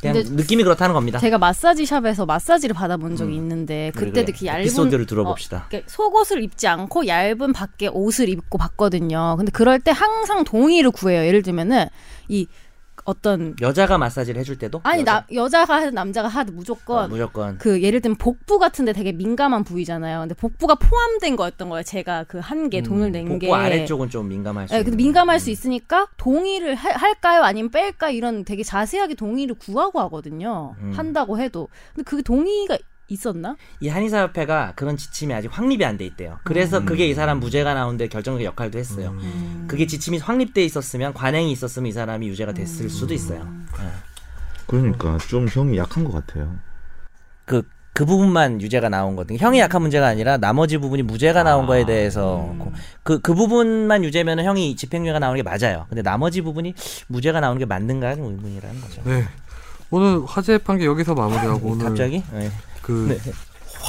Speaker 2: 그냥
Speaker 3: 근데
Speaker 2: 느낌이 그렇다는 겁니다.
Speaker 3: 제가 마사지 샵에서 마사지를 받아본 적이 있는데
Speaker 2: 음. 그래,
Speaker 3: 그때도
Speaker 2: 그래.
Speaker 3: 그 얇은
Speaker 2: 에피소드를 들어봅시다.
Speaker 3: 이렇게 속옷을 입지 않고 얇은 밖에 옷을 입고 봤거든요. 근데 그럴 때 항상 동의를 구해요. 예를 들면은 이 어떤
Speaker 2: 여자가 마사지를 해줄 때도
Speaker 3: 아니
Speaker 2: 여자?
Speaker 3: 나 여자가 하든 남자가 하든
Speaker 2: 어,
Speaker 3: 무조건
Speaker 2: 무조건
Speaker 3: 그 예를 들면 복부 같은데 되게 민감한 부위잖아요. 근데 복부가 포함된 거였던 거예요. 제가 그 한
Speaker 1: 음,
Speaker 3: 개 돈을 낸 게.
Speaker 2: 복부 아래쪽은 좀 민감할 수
Speaker 3: 예,
Speaker 2: 있는.
Speaker 3: 근데 민감할 수 있으니까 동의를 하- 할까요? 아니면 뺄까? 이런 되게 자세하게 동의를 구하고 하거든요.
Speaker 2: 음.
Speaker 3: 한다고 해도. 근데 그게 동의가 있었나?
Speaker 2: 이 한의사 협회가 그런 지침이 아직 확립이 안 돼 있대요. 그래서 그게 이 사람 무죄가 나오는데 결정적 역할도 했어요. 그게 지침이 확립돼 있었으면 관행이 있었으면 이 사람이 유죄가
Speaker 3: 음.
Speaker 2: 됐을 수도 있어요.
Speaker 5: 그러니까 좀 형이 약한 것 같아요.
Speaker 2: 그 그 부분만 유죄가 나온 거든 형이 약한 문제가 아니라 나머지 부분이 무죄가 나온 거에 대해서 그 그 부분만 유죄면 은 형이 집행유예가 나오는 게 맞아요. 근데 나머지 부분이 무죄가 나오는 게 맞는가 하는 의문이라는 거죠.
Speaker 1: 네. 오늘 화재 판결 여기서 마무리하고 오늘
Speaker 2: 갑자기 네.
Speaker 1: 그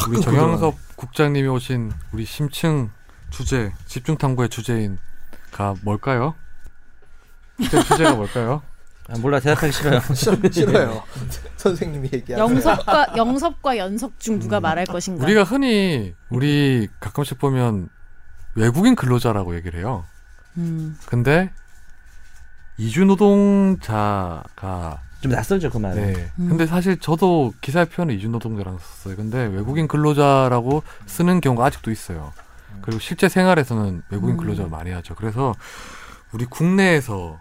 Speaker 1: 우리
Speaker 4: 끄고
Speaker 1: 정영섭 국장님이 오신 우리 심층 주제 집중 탐구의 주제인가 뭘까요? 그때 주제가 뭘까요?
Speaker 2: 아, 몰라 대답하기 싫어요. 예.
Speaker 4: 싫- 싫어요. 선생님이 얘기하는.
Speaker 3: 영섭과 영섭과 연섭 중 누가 말할
Speaker 2: 네.
Speaker 3: 것인가?
Speaker 1: 음. 우리가 흔히 우리 가끔씩 보면 외국인 근로자라고 얘기를 해요.
Speaker 3: 음.
Speaker 1: 근데 이주노동자가
Speaker 2: 좀 낯설죠 그 말은.
Speaker 1: 네. 근데 사실 저도 기사의 표현을 이주노동자라고 썼어요. 근데 외국인 근로자라고 쓰는 경우가 아직도 있어요. 그리고 실제 생활에서는 외국인 근로자를 많이 하죠. 그래서 우리 국내에서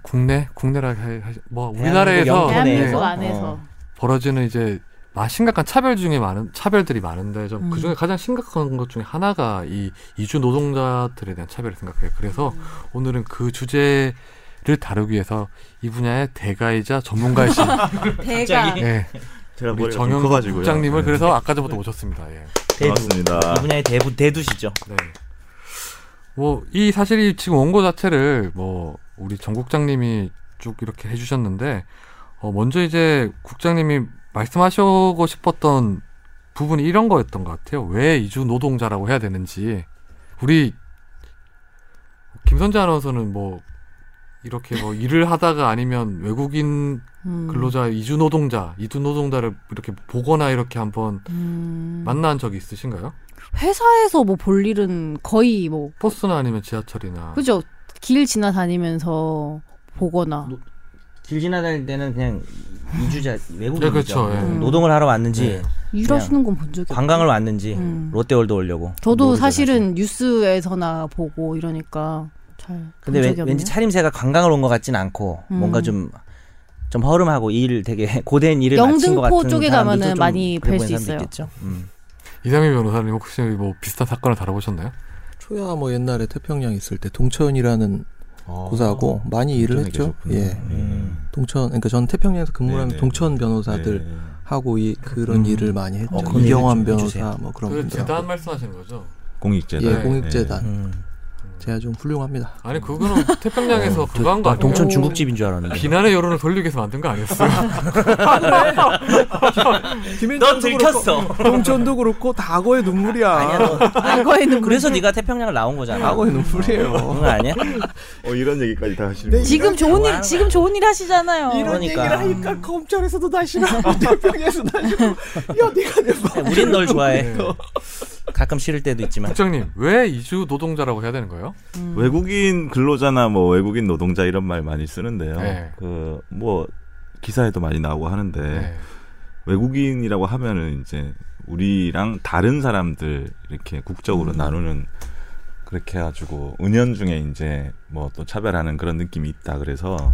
Speaker 1: 국내 국내라 해- 해- 뭐 우리나라에서
Speaker 2: 영토 내에서?
Speaker 1: 네.
Speaker 3: 대한민국 안에서
Speaker 2: 어.
Speaker 1: 벌어지는 이제 마- 심각한 차별 중에 많은 차별들이 많은데 좀
Speaker 3: 음.
Speaker 1: 그중에 가장 심각한 것 중에 하나가 이 이주 노동자들에 대한 차별을 생각해요. 그래서 오늘은 그 주제를 다루기 위해서 이 분야의 대가이자 전문가이신
Speaker 3: 대가
Speaker 1: 예,
Speaker 5: 제가
Speaker 1: 우리
Speaker 5: 머리가
Speaker 1: 정영
Speaker 5: 좀 커가지고요.
Speaker 1: 국장님을
Speaker 5: 네.
Speaker 1: 그래서 아까 전부터 모셨습니다. 예.
Speaker 2: 대두.
Speaker 5: 반갑습니다.
Speaker 2: 이 분야의 대부 대두시죠.
Speaker 1: 네. 뭐 이 사실 이 지금 원고 자체를 뭐 우리 정 국장님이 쭉 이렇게 해주셨는데 어 먼저 이제 국장님이 말씀하시고 싶었던 부분이 이런 거였던 것 같아요. 왜 이주 노동자라고 해야 되는지 우리 김선재 아나운서는 뭐 이렇게 뭐 일을 하다가 아니면 외국인
Speaker 3: 음.
Speaker 1: 근로자 이주 노동자 이주 노동자를 이렇게 보거나 이렇게 한번
Speaker 3: 음.
Speaker 1: 만난 적이 있으신가요?
Speaker 3: 회사에서 뭐 볼 일은 거의 뭐
Speaker 1: 버스나 아니면 지하철이나
Speaker 3: 그죠? 길 지나다니면서 보거나
Speaker 2: 노- 길 지나다닐 때는 그냥 이주자 외국인이죠.
Speaker 1: 네, 그렇죠, 예.
Speaker 3: 음.
Speaker 2: 노동을 하러 왔는지
Speaker 1: 네.
Speaker 3: 일하시는 건 본 적이 없어요.
Speaker 2: 관광을 왔는지
Speaker 3: 음.
Speaker 2: 롯데월드 오려고.
Speaker 3: 저도
Speaker 2: 모르죠,
Speaker 3: 사실은 뉴스에서나 보고 이러니까 잘본
Speaker 2: 근데 왠-
Speaker 3: 적이 없네요.
Speaker 2: 왠지 차림새가 관광을 온 것 같진 않고
Speaker 3: 음.
Speaker 2: 뭔가 좀. 좀 허름하고 일 되게 고된 일을 마친 것
Speaker 3: 영등포
Speaker 2: 같은
Speaker 3: 쪽에
Speaker 2: 사람들도
Speaker 3: 가면은
Speaker 2: 좀
Speaker 3: 많이
Speaker 2: 그래
Speaker 3: 뵐
Speaker 2: 보이는
Speaker 3: 수
Speaker 2: 사람도
Speaker 3: 있어요.
Speaker 2: 있겠죠? 음.
Speaker 1: 이상민 변호사님 혹시 뭐 비슷한 사건을 다뤄보셨나요?
Speaker 4: 초야 뭐 옛날에 태평양 있을 때 동천이라는
Speaker 5: 어.
Speaker 4: 고사하고 많이 일을
Speaker 5: 전에
Speaker 4: 했죠.
Speaker 5: 계셨구나.
Speaker 4: 예.
Speaker 5: 음.
Speaker 4: 동천 그러니까 전 태평양에서 근무하면
Speaker 5: 네, 네.
Speaker 4: 동천 변호사들
Speaker 5: 네.
Speaker 4: 하고 이, 그런
Speaker 2: 음.
Speaker 4: 일을 많이 했죠.
Speaker 2: 어, 그런 얘기
Speaker 4: 이경환
Speaker 2: 좀
Speaker 4: 변호사
Speaker 2: 해주세요.
Speaker 4: 뭐 그런
Speaker 1: 그
Speaker 4: 분들.
Speaker 1: 재단 말씀하시는 거죠?
Speaker 5: 공익재단.
Speaker 4: 예,
Speaker 1: 네.
Speaker 4: 공익재단.
Speaker 2: 음.
Speaker 4: 제가 좀 훌륭합니다.
Speaker 1: 아니 그거는 태평양에서
Speaker 2: 저-
Speaker 1: 그거 한 거
Speaker 2: 아,
Speaker 3: 음.
Speaker 1: 아니에요?
Speaker 2: 동천 중국집인 줄 알았는데.
Speaker 1: 비난의 여론을 돌리기 위해서 만든 거 아니었어요?
Speaker 2: 넌 들켰어.
Speaker 1: 음.
Speaker 4: 동천도 그렇고 다거의
Speaker 2: 아니야.
Speaker 4: 눈물이야.
Speaker 2: 너. 그래서 네가 태평양을 나온 거잖아.
Speaker 4: 다거의 눈물이에요.
Speaker 2: 그건 아니야.
Speaker 5: 어, 이런 얘기까지 다 하시는
Speaker 4: 네,
Speaker 5: 거예요?
Speaker 6: 지금 좋은
Speaker 2: 그렇죠.
Speaker 6: 일 지금 좋은 일 하시잖아요.
Speaker 2: 이런- 그러니까. 얘기를 하니까
Speaker 4: 검찰에서도 다시가 대평에서 다시가 야 네가 내 말.
Speaker 2: 우린 널 좋아해.
Speaker 1: 네.
Speaker 2: 가끔 싫을 때도 있지만.
Speaker 1: 국장님 왜 이주 노동자라고 해야 되는 거예요?
Speaker 5: 외국인 근로자나 뭐 외국인 노동자 이런 말 많이 쓰는데요.
Speaker 1: 네.
Speaker 5: 그 뭐 기사에도 많이 나오고 하는데
Speaker 1: 네.
Speaker 5: 외국인이라고 하면은 이제 우리랑 다른 사람들 이렇게 국적으로
Speaker 2: 음.
Speaker 5: 나누는 그렇게 해가지고 은연중에 이제 뭐 또 차별하는 그런 느낌이 있다 그래서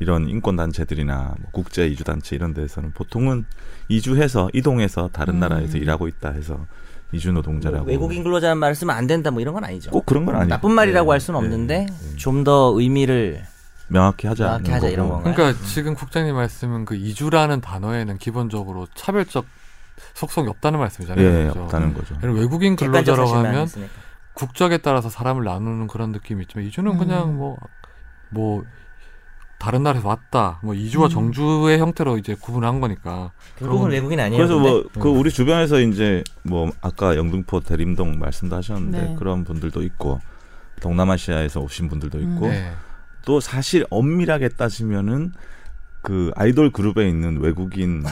Speaker 5: 이런 인권 단체들이나 뭐 국제 이주 단체 이런 데에서는 보통은 이주해서 이동해서 다른 나라에서 일하고 있다 해서 이주 노동자라고
Speaker 2: 음. 외국인 근로자는 말을 쓰면 안 된다 뭐 이런 건 아니죠.
Speaker 5: 꼭 그런 건 네. 아니고
Speaker 2: 나쁜 말이라고 할 수는 없는데 좀 더 의미를
Speaker 5: 명확히 하자
Speaker 2: 명확히 하자 이런 건가요?
Speaker 1: 그러니까 지금 국장님 말씀은 그 이주라는 단어에는 기본적으로 차별적 속성이 없다는 말씀이잖아요.
Speaker 5: 예,
Speaker 2: 그렇죠.
Speaker 1: 그죠?
Speaker 5: 없다는 거죠.
Speaker 1: 그리고 외국인
Speaker 2: 객관적
Speaker 1: 근로자라고
Speaker 2: 사실만
Speaker 1: 하면
Speaker 2: 있으니까.
Speaker 1: 국적에 따라서 사람을 나누는 그런 느낌이 있지만 이주는 그냥 뭐 뭐 다른 나라에서 왔다 뭐 이주와 정주의 형태로 이제 구분한 거니까
Speaker 2: 결국은
Speaker 1: 그럼-
Speaker 2: 외국인 아니에요.
Speaker 5: 그래서
Speaker 2: 근데?
Speaker 5: 뭐 그 우리 주변에서 이제 뭐 아까 영등포 대림동 말씀도 하셨는데
Speaker 6: 네.
Speaker 5: 그런 분들도 있고 동남아시아에서 오신 분들도 있고
Speaker 1: 네.
Speaker 5: 또 사실 엄밀하게 따지면은 그 아이돌 그룹에 있는 외국인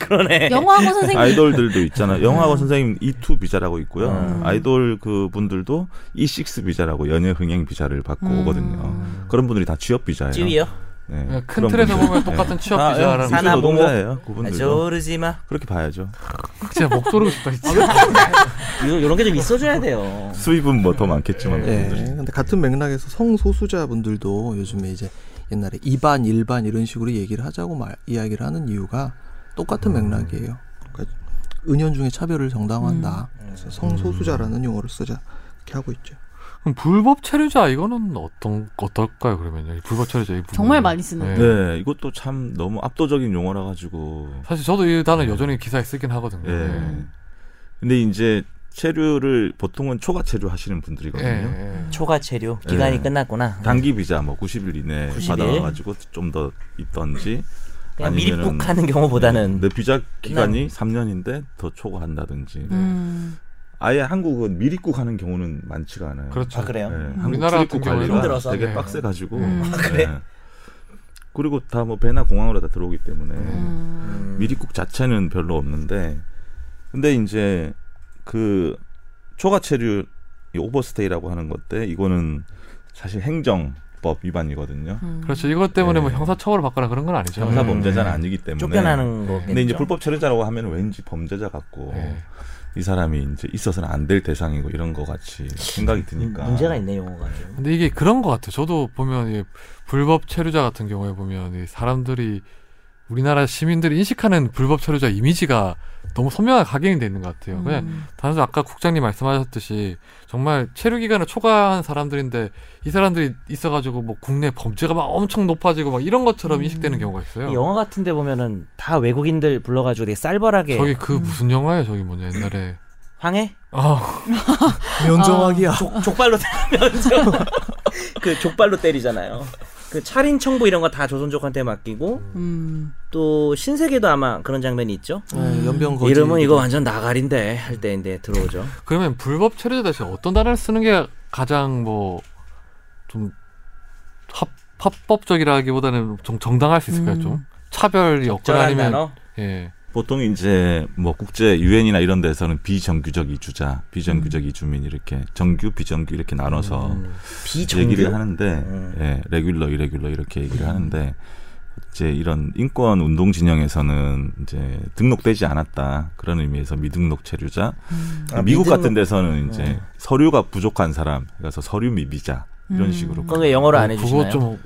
Speaker 2: 그러네.
Speaker 6: 영어학원 선생님
Speaker 5: 아이돌들도 있잖아요. 영화고 선생님 E2 비자라고 있고요.
Speaker 2: 음.
Speaker 5: 아이돌 그 분들도 E6 비자라고 연예 흥행 비자를 받고
Speaker 3: 음.
Speaker 5: 오거든요. 그런 분들이 다 취업 비자예요.
Speaker 2: 찌위요.
Speaker 5: 네,
Speaker 1: 그냥 큰
Speaker 5: 그런
Speaker 1: 틀에서
Speaker 5: 분들.
Speaker 1: 보면
Speaker 5: 네.
Speaker 1: 똑같은 취업
Speaker 2: 아,
Speaker 1: 비자라는
Speaker 2: 산-
Speaker 5: 이주
Speaker 2: 사나보고.
Speaker 5: 노동자예요. 그분들도
Speaker 2: 저르지마.
Speaker 5: 그렇게 봐야죠.
Speaker 1: 진짜 목 조르고 싶다 진짜.
Speaker 5: 아,
Speaker 2: 이런 게 좀 있어줘야 돼요.
Speaker 5: 수입은 뭐 더 많겠지만
Speaker 4: 예.
Speaker 5: 그분들이.
Speaker 4: 근데 같은 맥락에서 성소수자 분들도 요즘에 이제 옛날에 이반 일반 이런 식으로 얘기를 하자고 말 이야기를 하는 이유가 똑같은
Speaker 2: 음.
Speaker 4: 맥락이에요. 그러니까 은연중에 차별을 정당화한다.
Speaker 2: 음.
Speaker 4: 그래서 성소수자라는 용어를 쓰자 이렇게 하고 있죠.
Speaker 5: 예.
Speaker 1: 그럼 불법 체류자 이거는 어떤 어떨까요 그러면요? 이 불법 체류자 이 부분.
Speaker 3: 정말 많이 쓰는데.
Speaker 5: 네, 이것도 참 너무 압도적인 용어라 가지고.
Speaker 1: 사실 저도 이 단어
Speaker 5: 네.
Speaker 1: 여전히 기사에 쓰긴 하거든요.
Speaker 5: 예.
Speaker 1: 네.
Speaker 5: 근데 이제 체류를 보통은 초과 체류하시는 분들이거든요.
Speaker 1: 예.
Speaker 2: 초과 체류 기간이
Speaker 5: 네.
Speaker 2: 끝났구나.
Speaker 5: 단기 비자 뭐 90일 이내
Speaker 2: 90일?
Speaker 5: 받아가지고 좀 더 있던지
Speaker 2: 그냥
Speaker 5: 아니면은- 네,
Speaker 2: 밀입국하는 경우보다는
Speaker 5: 내 비자 기간이 3년인데 더 초과한다든지
Speaker 3: 음.
Speaker 5: 아예 한국은 미립국 하는 경우는 많지가 않아요.
Speaker 1: 그렇죠.
Speaker 2: 아 그래요.
Speaker 5: 예,
Speaker 2: 음.
Speaker 5: 한국
Speaker 1: 우리나라
Speaker 5: 출입국
Speaker 1: 같은 경우는
Speaker 5: 관리가
Speaker 2: 힘들어서.
Speaker 5: 되게
Speaker 1: 네.
Speaker 5: 빡세 가지고 네.
Speaker 3: 음. 아,
Speaker 2: 그래?
Speaker 5: 그리고 다 뭐 배나 공항으로 다 들어오기 때문에
Speaker 2: 네.
Speaker 3: 음.
Speaker 5: 미립국 자체는 별로 없는데 근데 이제 그 초과 체류 이 오버스테이라고 하는 것때 이거는 사실 행정법 위반이거든요.
Speaker 3: 음.
Speaker 1: 그렇죠. 이것 때문에 뭐
Speaker 5: 예.
Speaker 1: 형사처벌을 받거나 그런 건 아니죠.
Speaker 5: 형사
Speaker 1: 음.
Speaker 5: 범죄자는 아니기 때문에
Speaker 2: 네. 쫓겨나는 거겠죠. 네.
Speaker 5: 근데 이제 불법 체류자라고 하면 왠지 범죄자 같고
Speaker 1: 예.
Speaker 5: 이 사람이 이제 있어서는 안 될 대상이고 이런 거 같이 생각이 드니까
Speaker 2: 음, 문제가 있네 용어가 좀.
Speaker 1: 근데 이게 그런 것 같아요. 저도 보면 이 불법 체류자 같은 경우에 보면 이 사람들이 우리나라 시민들이 인식하는 불법 체류자 이미지가 너무 선명하게 각인이 돼 있는 것 같아요. 그냥 단순히 아까 국장님 말씀하셨듯이 정말 체류 기간을 초과한 사람들인데 이 사람들이 있어가지고 뭐 국내 범죄가 막 엄청 높아지고 막 이런 것처럼 인식되는 경우가 있어요.
Speaker 2: 음. 이 영화 같은데 보면은 다 외국인들 불러가지고 되게 쌀벌하게
Speaker 1: 저기 그 무슨 영화예요? 저기 뭐냐 옛날에
Speaker 2: 황해
Speaker 1: 아
Speaker 4: 면정학이야.
Speaker 2: 족, 족발로 때리면서 그 족발로 때리잖아요. 그 차린 청부 이런 거 다 조선족한테 맡기고
Speaker 6: 음.
Speaker 2: 또 신세계도 아마 그런 장면이 있죠.
Speaker 4: 네,
Speaker 1: 어,
Speaker 4: 연병 거지.
Speaker 2: 이름은 이거 완전 나가린데 할 때인데 들어오죠.
Speaker 1: 그러면 불법 체류자 대신 어떤 단어를 쓰는 게 가장 뭐 좀 합법적이라기보다는 좀 정당할 수 있을까요?
Speaker 3: 음,
Speaker 1: 좀 차별이 없거나
Speaker 2: 음. 적절한
Speaker 1: 아니면
Speaker 2: 단어.
Speaker 1: 예
Speaker 5: 보통 이제 뭐 국제 유엔이나 이런 데에서는 비정규적 이주자, 비정규적
Speaker 2: 음.
Speaker 5: 이주민 이렇게 정규 비정규 이렇게 나눠서
Speaker 2: 비정규.
Speaker 5: 얘기를 하는데
Speaker 2: 음.
Speaker 5: 예, 레귤러 이레귤러 이렇게 얘기를 하는데 이제 이런 인권 운동 진영에서는 이제 등록되지 않았다 그런 의미에서 미등록 체류자
Speaker 3: 음.
Speaker 2: 아,
Speaker 5: 미국
Speaker 2: 미등록- 네.
Speaker 5: 같은 데서는 이제 서류가 부족한 사람 그래서 서류 미비자 이런 식으로
Speaker 2: 음. 그건 왜 영어로 안
Speaker 1: 그거
Speaker 2: 해주시나요?
Speaker 1: 좀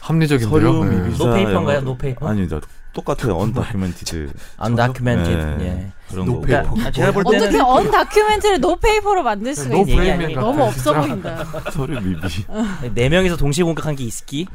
Speaker 1: 합리적인데요.
Speaker 5: 서류
Speaker 1: 예.
Speaker 5: 미비자
Speaker 2: 노페이퍼인가요?
Speaker 5: 영어로.
Speaker 2: 노페이퍼?
Speaker 5: 아니 저 똑같아요. 언다큐멘티드
Speaker 2: undocumented.
Speaker 5: 네. 아,
Speaker 2: 예.
Speaker 5: 그런
Speaker 4: 노
Speaker 5: 거고. 뭐
Speaker 4: 페이퍼.
Speaker 2: 그러니까 제가 볼 때는
Speaker 6: 어떻게 언 다큐멘터리를 노 페이퍼로 만들 수가
Speaker 1: 노
Speaker 6: 있는 얘기
Speaker 1: 프레임인
Speaker 6: 아니에요?
Speaker 1: 것
Speaker 6: 너무
Speaker 1: 같아요,
Speaker 6: 없어
Speaker 1: 진짜.
Speaker 6: 보인다.
Speaker 5: 서류 미비.
Speaker 2: 네 명이서 동시에 공격한 게 있기.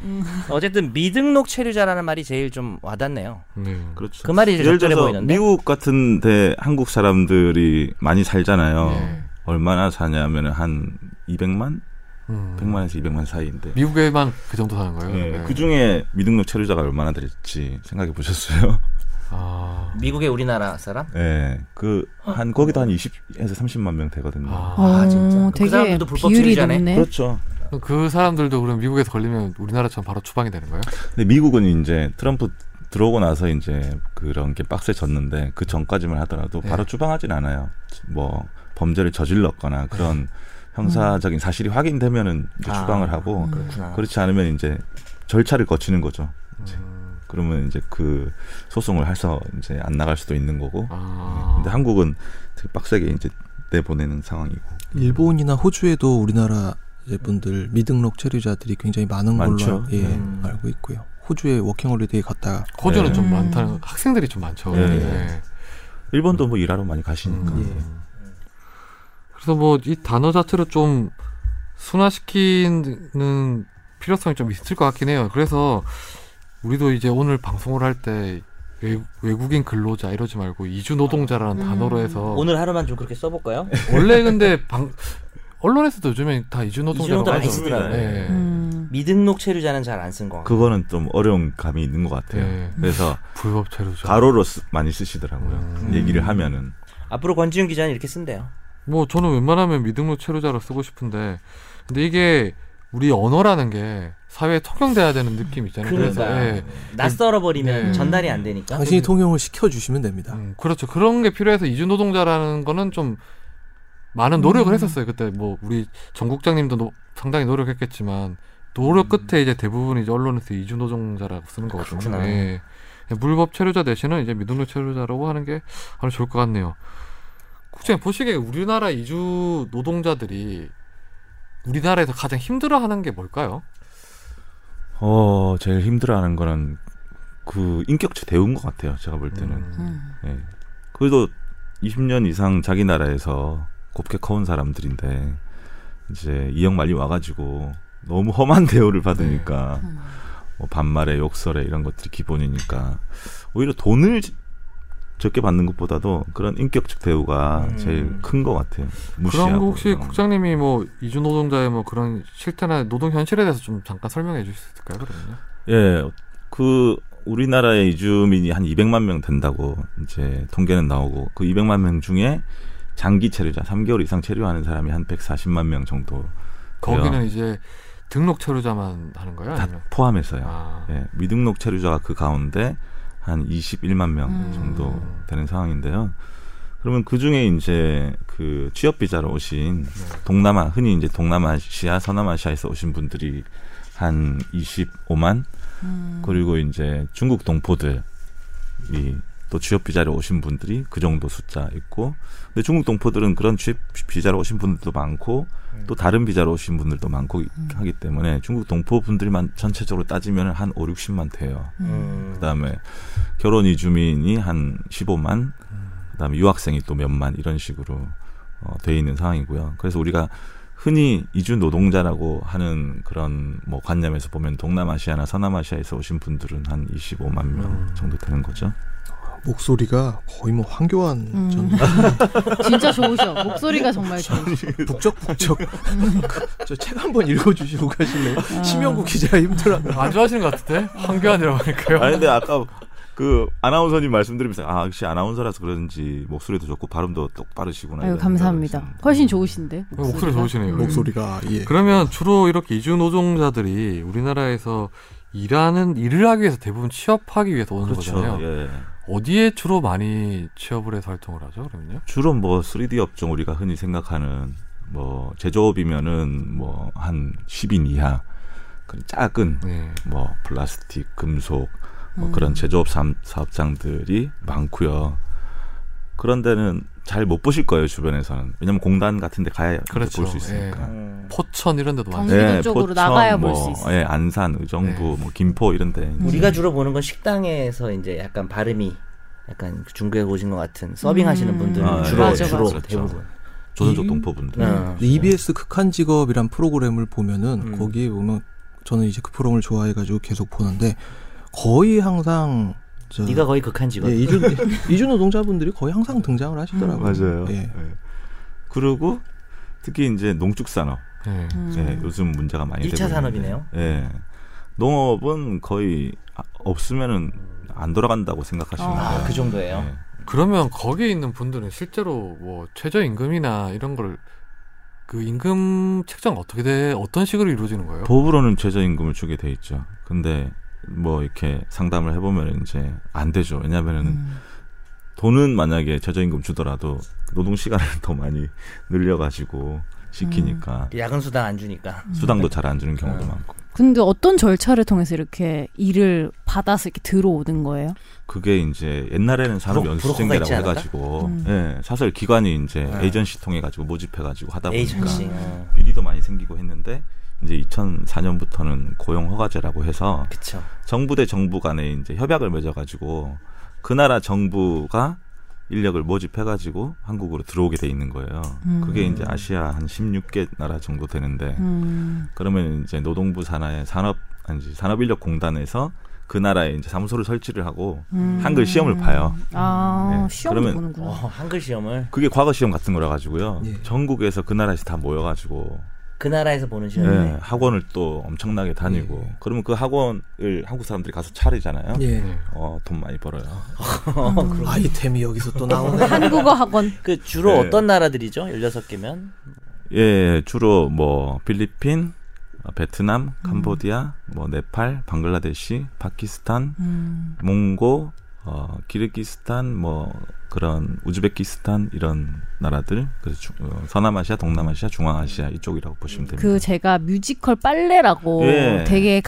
Speaker 2: 어쨌든 미등록 체류자라는 말이 제일 좀 와닿네요.
Speaker 1: 네.
Speaker 5: 그렇죠.
Speaker 2: 그 말이 제일
Speaker 5: 예를
Speaker 2: 적절해
Speaker 5: 들어서
Speaker 2: 보이는데.
Speaker 5: 미국 같은데 한국 사람들이 많이
Speaker 2: 어.
Speaker 5: 살잖아요.
Speaker 1: 네.
Speaker 5: 얼마나 사냐면 한 200만,
Speaker 1: 음.
Speaker 5: 100만에서 200만 사이인데.
Speaker 1: 미국에만 그 정도 사는 거예요.
Speaker 5: 예,
Speaker 1: 네.
Speaker 5: 그 중에 미등록 체류자가 얼마나 될지 생각해 보셨어요?
Speaker 1: 아.
Speaker 2: 미국의 우리나라 사람?
Speaker 5: 예, 그한 거기도 한 20에서 30만 명 되거든요.
Speaker 3: 음.
Speaker 1: 아.
Speaker 2: 진짜. 그
Speaker 3: 되게
Speaker 2: 사람들도 불법
Speaker 3: 비율이
Speaker 2: 체류자네.
Speaker 3: 높네.
Speaker 5: 그렇죠.
Speaker 1: 그럼 그 사람들도 그럼 미국에서 걸리면 우리나라처럼 바로 추방이 되는 거예요?
Speaker 5: 근데 미국은 이제 트럼프 들어오고 나서 이제 그런 게 빡세졌는데 그 전까지만 하더라도
Speaker 1: 네.
Speaker 5: 바로 추방하진 않아요. 뭐 범죄를 저질렀거나 그런 형사적인 사실이 확인되면은 이제
Speaker 2: 아,
Speaker 5: 추방을 하고
Speaker 1: 음.
Speaker 2: 그렇구나.
Speaker 5: 그렇지 않으면 이제 절차를 거치는 거죠. 이제.
Speaker 1: 음.
Speaker 5: 그러면 이제 그 소송을 해서 이제 안 나갈 수도 있는 거고.
Speaker 1: 아.
Speaker 5: 근데 한국은 되게 빡세게 이제 내보내는 상황이고.
Speaker 4: 일본이나 호주에도 우리나라 이제 분들 미등록 체류자들이 굉장히 많은 걸로
Speaker 5: 많죠.
Speaker 4: 예,
Speaker 2: 음.
Speaker 4: 알고 있고요. 호주에 워킹홀리데이 갔다
Speaker 1: 호주는
Speaker 5: 네.
Speaker 1: 좀
Speaker 3: 음.
Speaker 1: 많다는 학생들이 좀 많죠.
Speaker 5: 네.
Speaker 1: 네.
Speaker 5: 일본도 뭐 일하러 많이 가시니까.
Speaker 1: 음.
Speaker 3: 예.
Speaker 1: 그래서 뭐 이 단어 자체로 좀 순화시키는 필요성이 좀 있을 것 같긴 해요. 그래서 우리도 이제 오늘 방송을 할 때 외국인 근로자 이러지 말고 이주 노동자라는
Speaker 3: 음.
Speaker 1: 단어로 해서
Speaker 2: 오늘 하루만 좀 그렇게 써볼까요?
Speaker 1: 원래 근데 방 언론에서도 요즘에 다 이주 노동자라고
Speaker 2: 이주노동
Speaker 1: 하죠.
Speaker 2: 예.
Speaker 5: 많이
Speaker 1: 네.
Speaker 5: 쓰더라고요.
Speaker 1: 네.
Speaker 3: 음.
Speaker 2: 미등록 체류자는 잘 안 쓴 거. 같고.
Speaker 5: 그거는 좀 어려운 감이 있는 것 같아요.
Speaker 2: 예.
Speaker 1: 네.
Speaker 5: 그래서
Speaker 1: 불법 체류자.
Speaker 5: 가로로 쓰- 많이 쓰시더라고요.
Speaker 1: 음.
Speaker 5: 얘기를 하면은
Speaker 2: 앞으로 권지윤 기자는 이렇게 쓴대요.
Speaker 1: 뭐 저는 웬만하면 미등록 체류자로 쓰고 싶은데 근데 이게 우리 언어라는 게 사회에 통용돼야 되는 느낌 있잖아요.
Speaker 2: 그러니까.
Speaker 1: 예.
Speaker 2: 낯설어 버리면
Speaker 1: 네.
Speaker 2: 전달이 안 되니까.
Speaker 4: 당신이 통용을 시켜주시면 됩니다.
Speaker 1: 음, 그렇죠. 그런 게 필요해서 이주노동자라는 거는 좀 많은 노력을
Speaker 2: 음.
Speaker 1: 했었어요. 그때 뭐 우리 전국장님도 노- 상당히 노력했겠지만 노력 끝에 이제 대부분 이제 언론에서 이주노동자라고 쓰는 거거든요.
Speaker 2: 음. 그렇구나.
Speaker 1: 예. 물법 체류자 대신은 이제 미등록 체류자라고 하는 게 아주 좋을 것 같네요. 국장님 보시기에 우리나라 이주 노동자들이 우리나라에서 가장 힘들어하는 게 뭘까요?
Speaker 5: 어 제일 힘들어하는 거는 그 인격체 대우인 것 같아요. 제가 볼 때는
Speaker 2: 네.
Speaker 3: 음.
Speaker 5: 예. 그래도 20년 이상 자기 나라에서 곱게 커온 사람들인데 이제 이역 말리 와가지고 너무 험한 대우를 받으니까
Speaker 3: 음.
Speaker 5: 뭐 반말에 욕설에 이런 것들이 기본이니까 오히려 돈을 지- 적게 받는 것보다도 그런 인격적 대우가
Speaker 2: 음.
Speaker 5: 제일 큰 것 같아요. 무시하고
Speaker 1: 그럼 혹시
Speaker 5: 이런 거.
Speaker 1: 국장님이 뭐 이주 노동자의 뭐 그런 실태나 노동 현실에 대해서 좀 잠깐 설명해 주실 수 있을까요, 그러면?
Speaker 5: 예, 그 우리나라의 이주민이 한 200만 명 된다고 이제 통계는 나오고 그 200만 명 중에 장기 체류자 3개월 이상 체류하는 사람이 한 140만 명 정도
Speaker 1: 거기는
Speaker 5: 그래요.
Speaker 1: 이제 등록 체류자만 하는 거예요?
Speaker 5: 다
Speaker 1: 아니면?
Speaker 5: 포함해서요.
Speaker 1: 아,
Speaker 5: 예, 미등록 체류자가 그 가운데 한 21만 명
Speaker 3: 음.
Speaker 5: 정도 되는 상황인데요. 그러면 그 중에 이제 그 취업 비자로 오신 동남아 흔히 이제 동남아시아, 서남아시아에서 오신 분들이 한 25만
Speaker 3: 음.
Speaker 5: 그리고 이제 중국 동포들이 또 취업 비자로 오신 분들이 그 정도 숫자 있고 근데 중국 동포들은 그런 취업 비자로 오신 분들도 많고 또 다른 비자로 오신 분들도 많고
Speaker 3: 음.
Speaker 5: 하기 때문에 중국 동포 분들만 전체적으로 따지면 한 5, 60만 돼요.
Speaker 2: 음.
Speaker 5: 그다음에 결혼 이주민이 한 15만 그다음에 유학생이 또 몇만 이런 식으로 어, 돼 있는 상황이고요. 그래서 우리가 흔히 이주 노동자라고 하는 그런 뭐 관념에서 보면 동남아시아나 서남아시아에서 오신 분들은 한 25만 명 정도 되는 거죠.
Speaker 4: 목소리가 거의 뭐 황교안
Speaker 3: 음.
Speaker 4: 전
Speaker 3: 진짜 좋으셔. 목소리가 정말 좋으셔.
Speaker 4: 북적북적 그, 저 책 한번 읽어주시고 가실래요? 심영구 기자 힘들어한다.
Speaker 1: 안 좋아하시는 것 같은데? 황교안이라고 하니까요.
Speaker 5: 아니 근데 아까 그 아나운서님 말씀드리면서 아 역시 아나운서라서 그런지 목소리도 좋고 발음도 똑바르시구나.
Speaker 3: 아유
Speaker 5: 이런
Speaker 3: 감사합니다.
Speaker 5: 생각을 어,
Speaker 3: 훨씬 좋으신데. 목소리가. 음.
Speaker 1: 목소리 좋으시네요.
Speaker 4: 목소리가 예.
Speaker 1: 그러면 주로 이렇게 이주 노동자들이 우리나라에서 일하는 일을 하기 위해서 대부분 취업하기 위해서 오는
Speaker 5: 했습니다.
Speaker 1: 거잖아요.
Speaker 5: 그렇죠. 예.
Speaker 1: 어디에 주로 많이 취업을 해서 활동을 하죠? 그러면요?
Speaker 5: 주로 뭐 3D 업종 우리가 흔히 생각하는 뭐 제조업이면은 뭐 한 10인 이하 그런 작은
Speaker 1: 네.
Speaker 5: 뭐 플라스틱, 금속
Speaker 3: 음.
Speaker 5: 뭐 그런 제조업 삼- 사업장들이 많고요. 그런 데는 잘 못 보실 거예요 주변에서는. 왜냐면 공단 같은 데 가야
Speaker 1: 그렇죠. 예.
Speaker 5: 볼 수 있으니까.
Speaker 2: 음.
Speaker 1: 포천 이런 데도
Speaker 3: 경-
Speaker 1: 많죠.
Speaker 3: 경기도 쪽으로 나가야 볼수 있어요.
Speaker 5: 예, 안산,
Speaker 1: 네.
Speaker 5: 의정부, 뭐 김포 이런 데. 이제
Speaker 2: 우리가 주로 보는 건 식당에서 이제 약간 발음이 약간 중국에 오신 것 같은 서빙하시는
Speaker 3: 음.
Speaker 2: 분들은
Speaker 5: 아,
Speaker 2: 주로
Speaker 5: 맞아,
Speaker 2: 주로
Speaker 5: 맞아. 그렇죠.
Speaker 2: 대부분.
Speaker 5: 조선족
Speaker 4: 이-
Speaker 5: 동포분들.
Speaker 3: 네.
Speaker 2: 음.
Speaker 4: EBS E 극한 직업이란 프로그램을 보면은
Speaker 2: 음.
Speaker 4: 거기에 보면 저는 이제 그 프로그램을 좋아해가지고 계속 보는데 거의 항상 저
Speaker 2: 네가 거의 극한 직업.
Speaker 4: 예, 이주 이주 노동자분들이 거의 항상 등장을 하시더라고요.
Speaker 5: 맞아요.
Speaker 4: 예.
Speaker 5: 예. 그리고 특히 이제 농축산업.
Speaker 1: 예.
Speaker 3: 음.
Speaker 5: 예, 요즘 문제가 많이 되고
Speaker 2: 일차
Speaker 5: 있는데.
Speaker 2: 산업이네요.
Speaker 5: 예. 농업은 거의 아- 없으면은 안 돌아간다고 생각하시면 돼요.
Speaker 2: 아 그 정도예요.
Speaker 5: 예.
Speaker 1: 그러면 거기에 있는 분들은 실제로 뭐 최저임금이나 이런 걸 그 임금 책정 어떻게 돼 어떤 식으로 이루어지는 거예요?
Speaker 5: 법으로는 최저임금을 주게 돼 있죠. 근데 뭐 이렇게 상담을 해보면 이제 안 되죠. 왜냐면은
Speaker 2: 음.
Speaker 5: 돈은 만약에 최저임금 주더라도 노동 시간을 더 많이 늘려가지고 시키니까
Speaker 2: 야근 수당 안 주니까.
Speaker 5: 수당도 잘 안 주는 경우도
Speaker 2: 음.
Speaker 5: 많고
Speaker 3: 근데 어떤 절차를 통해서 이렇게 일을 받아서 이렇게 들어오는 거예요?
Speaker 5: 그게 이제 옛날에는
Speaker 2: 브로- 브로커가
Speaker 5: 산업연수증대라고
Speaker 2: 있지 않을까?
Speaker 5: 해가지고
Speaker 3: 음.
Speaker 5: 예, 사설 기관이 이제
Speaker 2: 음.
Speaker 5: 에이전시 통해 가지고 모집해가지고 하다 보니까
Speaker 2: 에이전시. 어,
Speaker 5: 비리도 많이 생기고 했는데 이제 2004년부터는 고용 허가제라고 해서
Speaker 2: 그쵸.
Speaker 5: 정부 대 정부 간에 이제 협약을 맺어가지고 그 나라 정부가 인력을 모집해가지고 한국으로 들어오게 돼 있는 거예요.
Speaker 3: 음.
Speaker 5: 그게 이제 아시아 한 16개 나라 정도 되는데
Speaker 3: 음.
Speaker 5: 그러면 이제 노동부 산하의 산업 아니지 산업인력공단에서 그 나라에 이제 사무소를 설치를 하고
Speaker 3: 음.
Speaker 5: 한글 시험을 봐요.
Speaker 3: 아
Speaker 5: 네.
Speaker 3: 시험을
Speaker 5: 그러면-
Speaker 3: 보는구나.
Speaker 2: 어, 한글 시험을
Speaker 5: 그게 과거 시험 같은 거라 가지고요.
Speaker 4: 예.
Speaker 5: 전국에서 그 나라에서 다 모여가지고
Speaker 2: 그 나라에서 보는
Speaker 5: 예,
Speaker 2: 시험이네.
Speaker 5: 학원을 또 엄청나게 다니고
Speaker 4: 예.
Speaker 5: 그러면 그 학원을 한국 사람들이 가서 차리잖아요.
Speaker 4: 예.
Speaker 1: 예.
Speaker 5: 어, 돈 많이 벌어요.
Speaker 2: 어, 그럼.
Speaker 4: 아이템이 여기서 또 나오네.
Speaker 3: 한국어 학원.
Speaker 2: 그 주로
Speaker 5: 네.
Speaker 2: 어떤 나라들이죠? 16개면?
Speaker 5: 예, 주로 뭐 필리핀, 어, 베트남, 캄보디아, 뭐 네팔, 방글라데시, 파키스탄,
Speaker 3: 음.
Speaker 5: 몽고, 어, 키르기스탄, 뭐 그런 우즈베키스탄 이런 나라들, 그래서 주- 어, 서남아시아, 동남아시아, 중앙아시아 이쪽이라고 보시면 됩니다.
Speaker 3: 그 제가 뮤지컬 빨래라고
Speaker 5: 예.
Speaker 3: 되게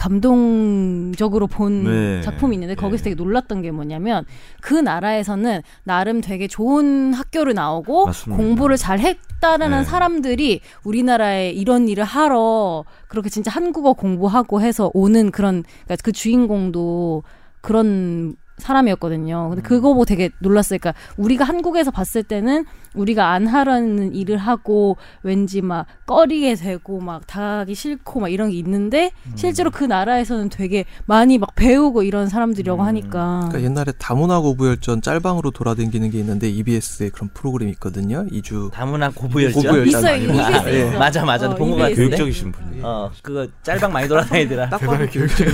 Speaker 3: 감동적으로 본
Speaker 5: 네.
Speaker 3: 작품이 있는데 거기서
Speaker 5: 예.
Speaker 3: 되게 놀랐던 게 뭐냐면 그 나라에서는 나름 되게 좋은 학교를 나오고
Speaker 5: 맞습니다.
Speaker 3: 공부를 잘 했다라는
Speaker 5: 네.
Speaker 3: 사람들이 우리나라에 이런 일을 하러 그렇게 진짜 한국어 공부하고 해서 오는 그런 그러니까 그 주인공도 그런 사람이었거든요. 근데 그거 보고 되게 놀랐어요. 그러니까 우리가 한국에서 봤을 때는 우리가 안 하라는 일을 하고 왠지 막 꺼리게 되고 막 당하기 싫고 막 이런 게 있는데 실제로 그 나라에서는 되게 많이 막 배우고 이런 사람들이라고
Speaker 2: 음.
Speaker 3: 하니까
Speaker 4: 그러니까 옛날에 다문화 고부열전 짤방으로 돌아다니는 게 있는데 EBS에 그런 프로그램이 있거든요. 이주
Speaker 2: 다문화 고부열전?
Speaker 4: 고부열전.
Speaker 3: 있어요.
Speaker 4: 많이
Speaker 3: 이게
Speaker 4: 봤어요.
Speaker 3: 있어요.
Speaker 4: 예.
Speaker 3: 있어요.
Speaker 2: 맞아, 맞아.
Speaker 3: 어,
Speaker 2: 본 것
Speaker 3: 입에
Speaker 2: 같은데.
Speaker 5: 교육적이신 분이.
Speaker 2: 어, 그거 짤방 많이 돌아다니더라.
Speaker 4: 딱 봐도 교육적인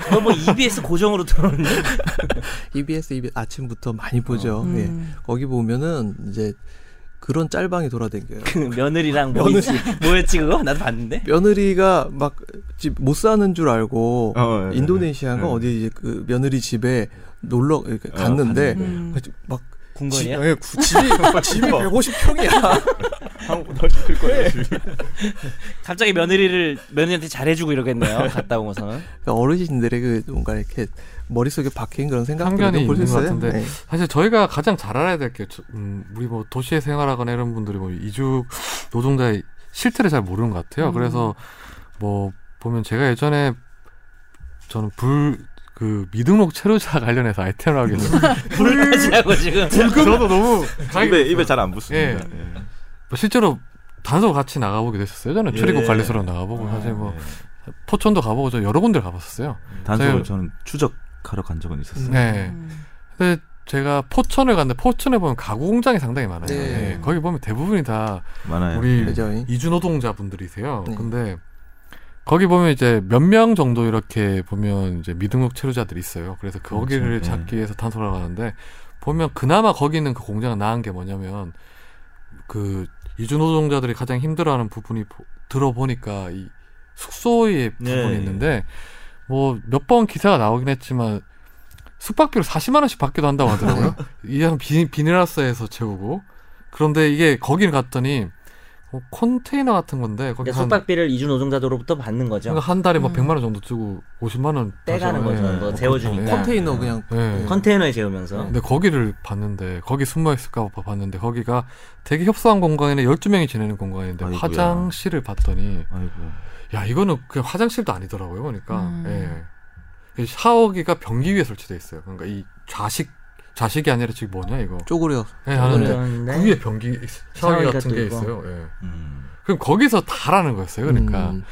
Speaker 2: 그거 뭐 EBS 고정으로 들어오는
Speaker 4: EBS EBS E 아침부터 많이 보죠.
Speaker 3: 음.
Speaker 4: 예. 거기 보면은 이제 그런 짤방이 돌아다녀요.
Speaker 2: 그 며느리랑 뭐였지? 뭐였지 그거? 나도 봤는데.
Speaker 4: 며느리가 막 집 못 사는 줄 알고
Speaker 5: 어, 예,
Speaker 4: 인도네시아인가
Speaker 5: 예.
Speaker 4: 어디 이제 그 며느리 집에 놀러 이렇게 갔는데 그
Speaker 5: 갔는데.
Speaker 3: 음.
Speaker 4: 막 지-
Speaker 2: 궁궐이야?
Speaker 4: 예, 구- 집이 집이 150평이야.
Speaker 2: 갑자기 며느리를 며느리한테 잘해주고 이러겠네요. 갔다 오고서는.
Speaker 4: 어르신들의 그 뭔가 이렇게 머릿속에 박힌 그런
Speaker 1: 편견이
Speaker 4: 생각들을 볼수
Speaker 1: 있는 것
Speaker 4: 있어요. 네.
Speaker 1: 같은데. 사실 저희가 가장 잘 알아야 될 게 우리 뭐 도시에 생활하거나 이런 분들이 뭐 이주 노동자의 실태를 잘 모르는 것 같아요.
Speaker 3: 음.
Speaker 1: 그래서 뭐 보면 제가 예전에 저는 불 그 미등록 체류자 관련해서 아이템을 하게 됐어요.
Speaker 2: 불까지 하고 지금.
Speaker 5: 음.
Speaker 1: 저도 너무
Speaker 5: 입에 입에 잘 안
Speaker 1: 예.
Speaker 5: 붙습니다. 예.
Speaker 1: 뭐 실제로 단서 같이 나가보게 됐었어요. 저는
Speaker 5: 예.
Speaker 1: 출입국 관리소로 나가보고 사실 뭐 포천도 가보고 저 여러 군데 를 가봤었어요.
Speaker 5: 단속을
Speaker 1: 저희-
Speaker 5: 저는 추적하러 간 적은 있었어요.
Speaker 1: 네.
Speaker 3: 음.
Speaker 1: 근데 제가 포천을 갔는데 포천에 보면 가구 공장이 상당히 많아요.
Speaker 4: 네.
Speaker 1: 예, 거기 보면 대부분이 다
Speaker 5: 많아요. 예.
Speaker 1: 우리
Speaker 4: 그죠?
Speaker 5: 네.
Speaker 1: 이주 노동자분들이세요.
Speaker 4: 네.
Speaker 1: 근데 거기 보면 이제 몇 명 정도 이렇게 보면 이제 미등록 체류자들이 있어요. 그래서 그 거기를
Speaker 5: 그렇죠.
Speaker 1: 잡기 위해서 탄소를 가는데 보면 그나마 거기 있는 그 공장은 나은 게 뭐냐면 그 이주 노동자들이 가장 힘들어하는 부분이 보- 들어보니까 이 숙소의 부분이
Speaker 5: 네.
Speaker 1: 있는데 뭐 몇 번 기사가 나오긴 했지만 숙박비로 40만 원씩 받기도 한다고 하더라고요. 이양 비닐하우스에서 채우고 그런데 이게 거기를 갔더니 뭐 컨테이너 같은 건데 거기
Speaker 2: 그러니까
Speaker 1: 한,
Speaker 2: 숙박비를 이주 노동자도로부터 받는 거죠.
Speaker 1: 그러니까 한 달에 뭐
Speaker 6: 음.
Speaker 1: 100만 원 정도 쓰고 50만 원
Speaker 5: 음.
Speaker 2: 떼가는
Speaker 1: 가져가요.
Speaker 2: 거죠.
Speaker 1: 예,
Speaker 2: 뭐
Speaker 1: 뭐
Speaker 2: 재워주니까.
Speaker 1: 보통, 예.
Speaker 4: 컨테이너 그냥
Speaker 1: 예.
Speaker 2: 컨테이너에
Speaker 5: 음.
Speaker 2: 재우면서
Speaker 1: 근데 거기를 봤는데 거기 숨어 있을까 봐 봤는데 거기가 되게 협소한 공간에 12명이 지내는 공간인데
Speaker 5: 아이고야.
Speaker 1: 화장실을 봤더니
Speaker 5: 아이고.
Speaker 1: 야 이거는 그냥 화장실도 아니더라고요 보니까
Speaker 3: 음.
Speaker 1: 예. 이 샤워기가 변기 위에 설치돼 있어요 그러니까 이 좌식 좌식이 아니라 지금 뭐냐 이거
Speaker 4: 쪼그려
Speaker 1: 예 하는데
Speaker 2: 그런데
Speaker 1: 그 위에 변기 샤워기
Speaker 2: 샤워기가
Speaker 1: 같은
Speaker 2: 또
Speaker 1: 게
Speaker 2: 있고.
Speaker 1: 있어요 예.
Speaker 5: 음.
Speaker 1: 그럼 거기서 다라는 거였어요 그러니까
Speaker 4: 음,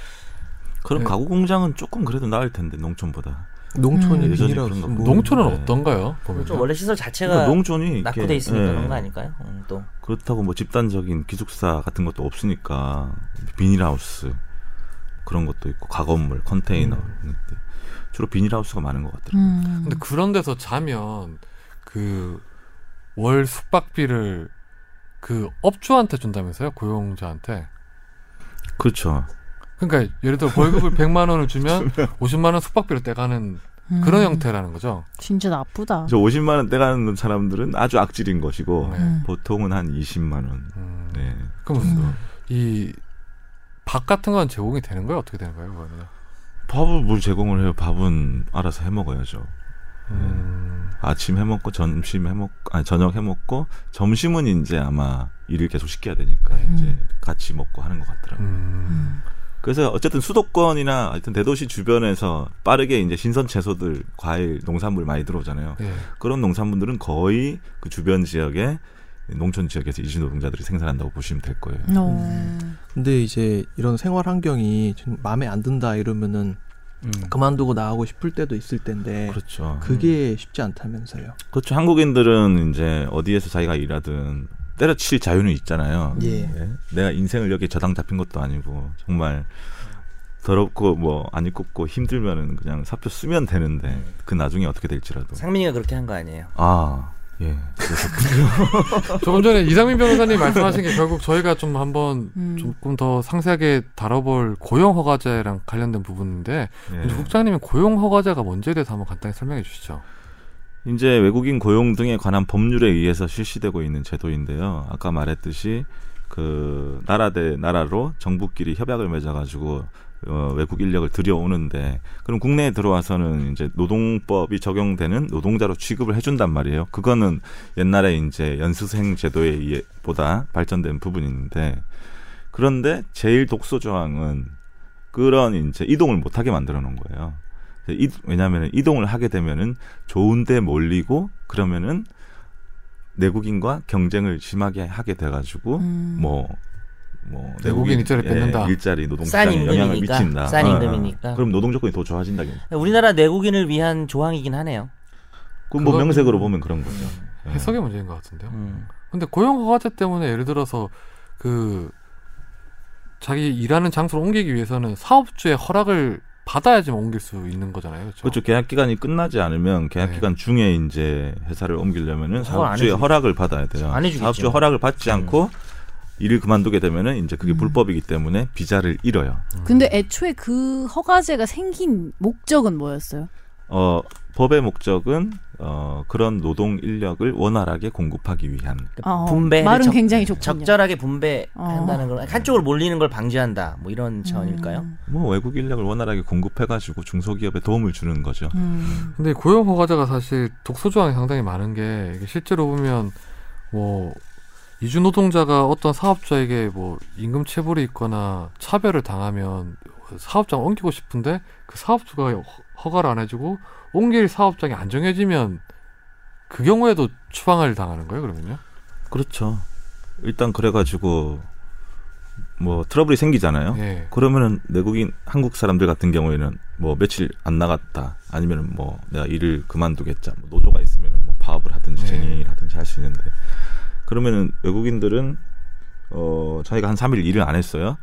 Speaker 5: 그럼
Speaker 1: 네.
Speaker 5: 가구 공장은 조금 그래도 나을 텐데 농촌보다.
Speaker 4: 농촌이
Speaker 5: 음. 예전에
Speaker 4: 비닐하우스
Speaker 5: 그런 거
Speaker 4: 뭐.
Speaker 1: 농촌은
Speaker 5: 네.
Speaker 1: 어떤가요 보면
Speaker 2: 좀 원래 시설 자체가
Speaker 5: 그러니까 농촌이
Speaker 2: 낙후돼
Speaker 5: 이렇게,
Speaker 2: 있으니까
Speaker 5: 예,
Speaker 2: 그런 거 아닐까요? 음, 또
Speaker 5: 그렇다고 뭐 집단적인 기숙사 같은 것도 없으니까 비닐하우스 그런 것도 있고 가건물 컨테이너 근데 주로 비닐하우스가 많은 것 같더라고요.
Speaker 6: 음.
Speaker 1: 근데 그런 데서 자면 그 월 숙박비를 그 업주한테 준다면서요 고용자한테
Speaker 5: 그렇죠.
Speaker 1: 그러니까 예를 들어 월급을 100만 원을 주면 50만 원 숙박비로 떼가는 그런
Speaker 3: 음.
Speaker 1: 형태라는 거죠
Speaker 6: 진짜 나쁘다.
Speaker 5: 저 50만 원 떼가는 사람들은 아주 악질인 것이고
Speaker 1: 네.
Speaker 6: 음.
Speaker 5: 보통은 한 20만 원.
Speaker 1: 음.
Speaker 5: 네.
Speaker 1: 그럼
Speaker 6: 음.
Speaker 1: 이밥 같은 건 제공이 되는 거예요 어떻게 되는 거예요 그거는
Speaker 5: 밥을 뭘 제공을 해요? 밥은 알아서 해 먹어야죠.
Speaker 1: 음.
Speaker 5: 아침 해 먹고 점심 해 먹고 아니 저녁 해 먹고 점심은 이제 아마 일을 계속 시켜야 되니까
Speaker 1: 음.
Speaker 5: 이제 같이 먹고 하는 것 같더라고요.
Speaker 1: 음.
Speaker 5: 그래서 어쨌든 수도권이나 하여튼 대도시 주변에서 빠르게 이제 신선 채소들, 과일, 농산물 많이 들어오잖아요.
Speaker 1: 예.
Speaker 5: 그런 농산물들은 거의 그 주변 지역에 농촌 지역에서 이주 노동자들이 생산한다고 보시면 될 거예요.
Speaker 1: 음.
Speaker 3: 어.
Speaker 4: 근데 이제 이런 생활 환경이 좀 마음에 안 든다 이러면은 음. 그만두고 나가고 싶을 때도 있을 텐데
Speaker 5: 그렇죠.
Speaker 4: 그게 쉽지 않다면서요.
Speaker 5: 그렇죠. 한국인들은 이제 어디에서 자기가 일하든 때려칠 자유는 있잖아요.
Speaker 4: 예.
Speaker 5: 네. 내가 인생을 여기 저당 잡힌 것도 아니고 정말 더럽고 뭐 안 입고 힘들면은 그냥 사표 쓰면 되는데 그 나중에 어떻게 될지라도
Speaker 2: 상민이가 그렇게 한 거 아니에요?
Speaker 5: 아 예.
Speaker 1: 조금 전에 이상민 변호사님 말씀하신 게 결국 저희가 좀 한번
Speaker 6: 음.
Speaker 1: 조금 더 상세하게 다뤄볼 고용 허가제랑 관련된 부분인데
Speaker 5: 예.
Speaker 1: 먼저 국장님은 고용 허가제가 뭔지에 대해서 한번 간단히 설명해 주시죠.
Speaker 5: 이제 외국인 고용 등에 관한 법률에 의해서 실시되고 있는 제도인데요. 아까 말했듯이 그 나라 대 나라로 정부끼리 협약을 맺어가지고 어, 외국 인력을 들여오는데 그럼 국내에 들어와서는 이제 노동법이 적용되는 노동자로 취급을 해준단 말이에요. 그거는 옛날에 이제 연수생 제도에 의해 보다 발전된 부분인데 그런데 제일 독소 조항은 그런 이제 이동을 못하게 만들어 놓은 거예요. 왜냐하면 이동을 하게 되면은 좋은데 몰리고 그러면은 내국인과 경쟁을 심하게 하게 돼가지고
Speaker 1: 음.
Speaker 3: 음.
Speaker 5: 뭐. 뭐
Speaker 1: 내국인 일자리
Speaker 5: 예,
Speaker 1: 그 뺏는다.
Speaker 5: 일자리
Speaker 2: 싼
Speaker 5: 노동시장에 영향을 미친다.
Speaker 2: 임금이니까. 싼
Speaker 5: 어,
Speaker 2: 임금이니까.
Speaker 5: 어. 그럼 노동 조건이 더 좋아진다.
Speaker 2: 우리나라 내국인을 위한 조항이긴 하네요.
Speaker 5: 그럼 뭐
Speaker 1: 그건- 음.
Speaker 5: 명색으로 보면 그런 거죠. 예.
Speaker 1: 해석의 문제인 것 같은데요.
Speaker 2: 음.
Speaker 1: 근데 고용 허가제 때문에 예를 들어서 그 자기 일하는 장소를 옮기기 위해서는 사업주의 허락을 받아야지만 옮길 수 있는 거잖아요. 그렇죠.
Speaker 5: 그렇죠. 계약 기간이 끝나지 않으면 계약
Speaker 1: 네.
Speaker 5: 기간 중에 이제 회사를 옮기려면은
Speaker 2: 허가 안
Speaker 5: 사업주의
Speaker 2: 해주겠죠.
Speaker 5: 허락을 받아야 돼요.
Speaker 2: 안 해주겠죠.
Speaker 5: 사업주 의 허락을 받지
Speaker 2: 음.
Speaker 5: 않고 일을 그만두게 되면은 이제
Speaker 1: 음.
Speaker 5: 그게 불법이기 때문에 비자를 잃어요.
Speaker 6: 근데 애초에 그 허가제가 생긴 목적은 뭐였어요?
Speaker 5: 어, 법의 목적은 어, 그런 노동 인력을 원활하게 공급하기 위한
Speaker 6: 어,
Speaker 2: 그러니까 분배를
Speaker 6: 말은
Speaker 2: 적-
Speaker 6: 굉장히 좋군요.
Speaker 2: 적절하게 분배한다는 걸 한쪽으로 몰리는 걸 방지한다. 뭐 이런
Speaker 3: 음,
Speaker 2: 차원일까요?
Speaker 5: 뭐 외국 인력을 원활하게 공급해가지고 중소기업에 도움을 주는 거죠.
Speaker 6: 음.
Speaker 1: 근데 고용 허가제가 사실 독소 조항이 상당히 많은 게 이게 실제로 보면 뭐 이주 노동자가 어떤 사업자에게 뭐 임금 체불이 있거나 차별을 당하면 사업장 옮기고 싶은데 그 사업주가 허- 허가를 안 해주고 옮길 사업장이 안 정해지면 그 경우에도 추방을 당하는 거예요 그러면요?
Speaker 5: 그렇죠. 일단 그래가지고 뭐 트러블이 생기잖아요.
Speaker 1: 예.
Speaker 5: 그러면은 내국인 한국 사람들 같은 경우에는 뭐 며칠 안 나갔다 아니면은 뭐 내가 일을 그만두겠자 뭐 노조가 있으면은 뭐 파업을 하든지
Speaker 1: 네.
Speaker 5: 쟁의를 하든지 할 수 있는데 그러면은 외국인들은 어 자기가 한 3일 일을 안 했어요.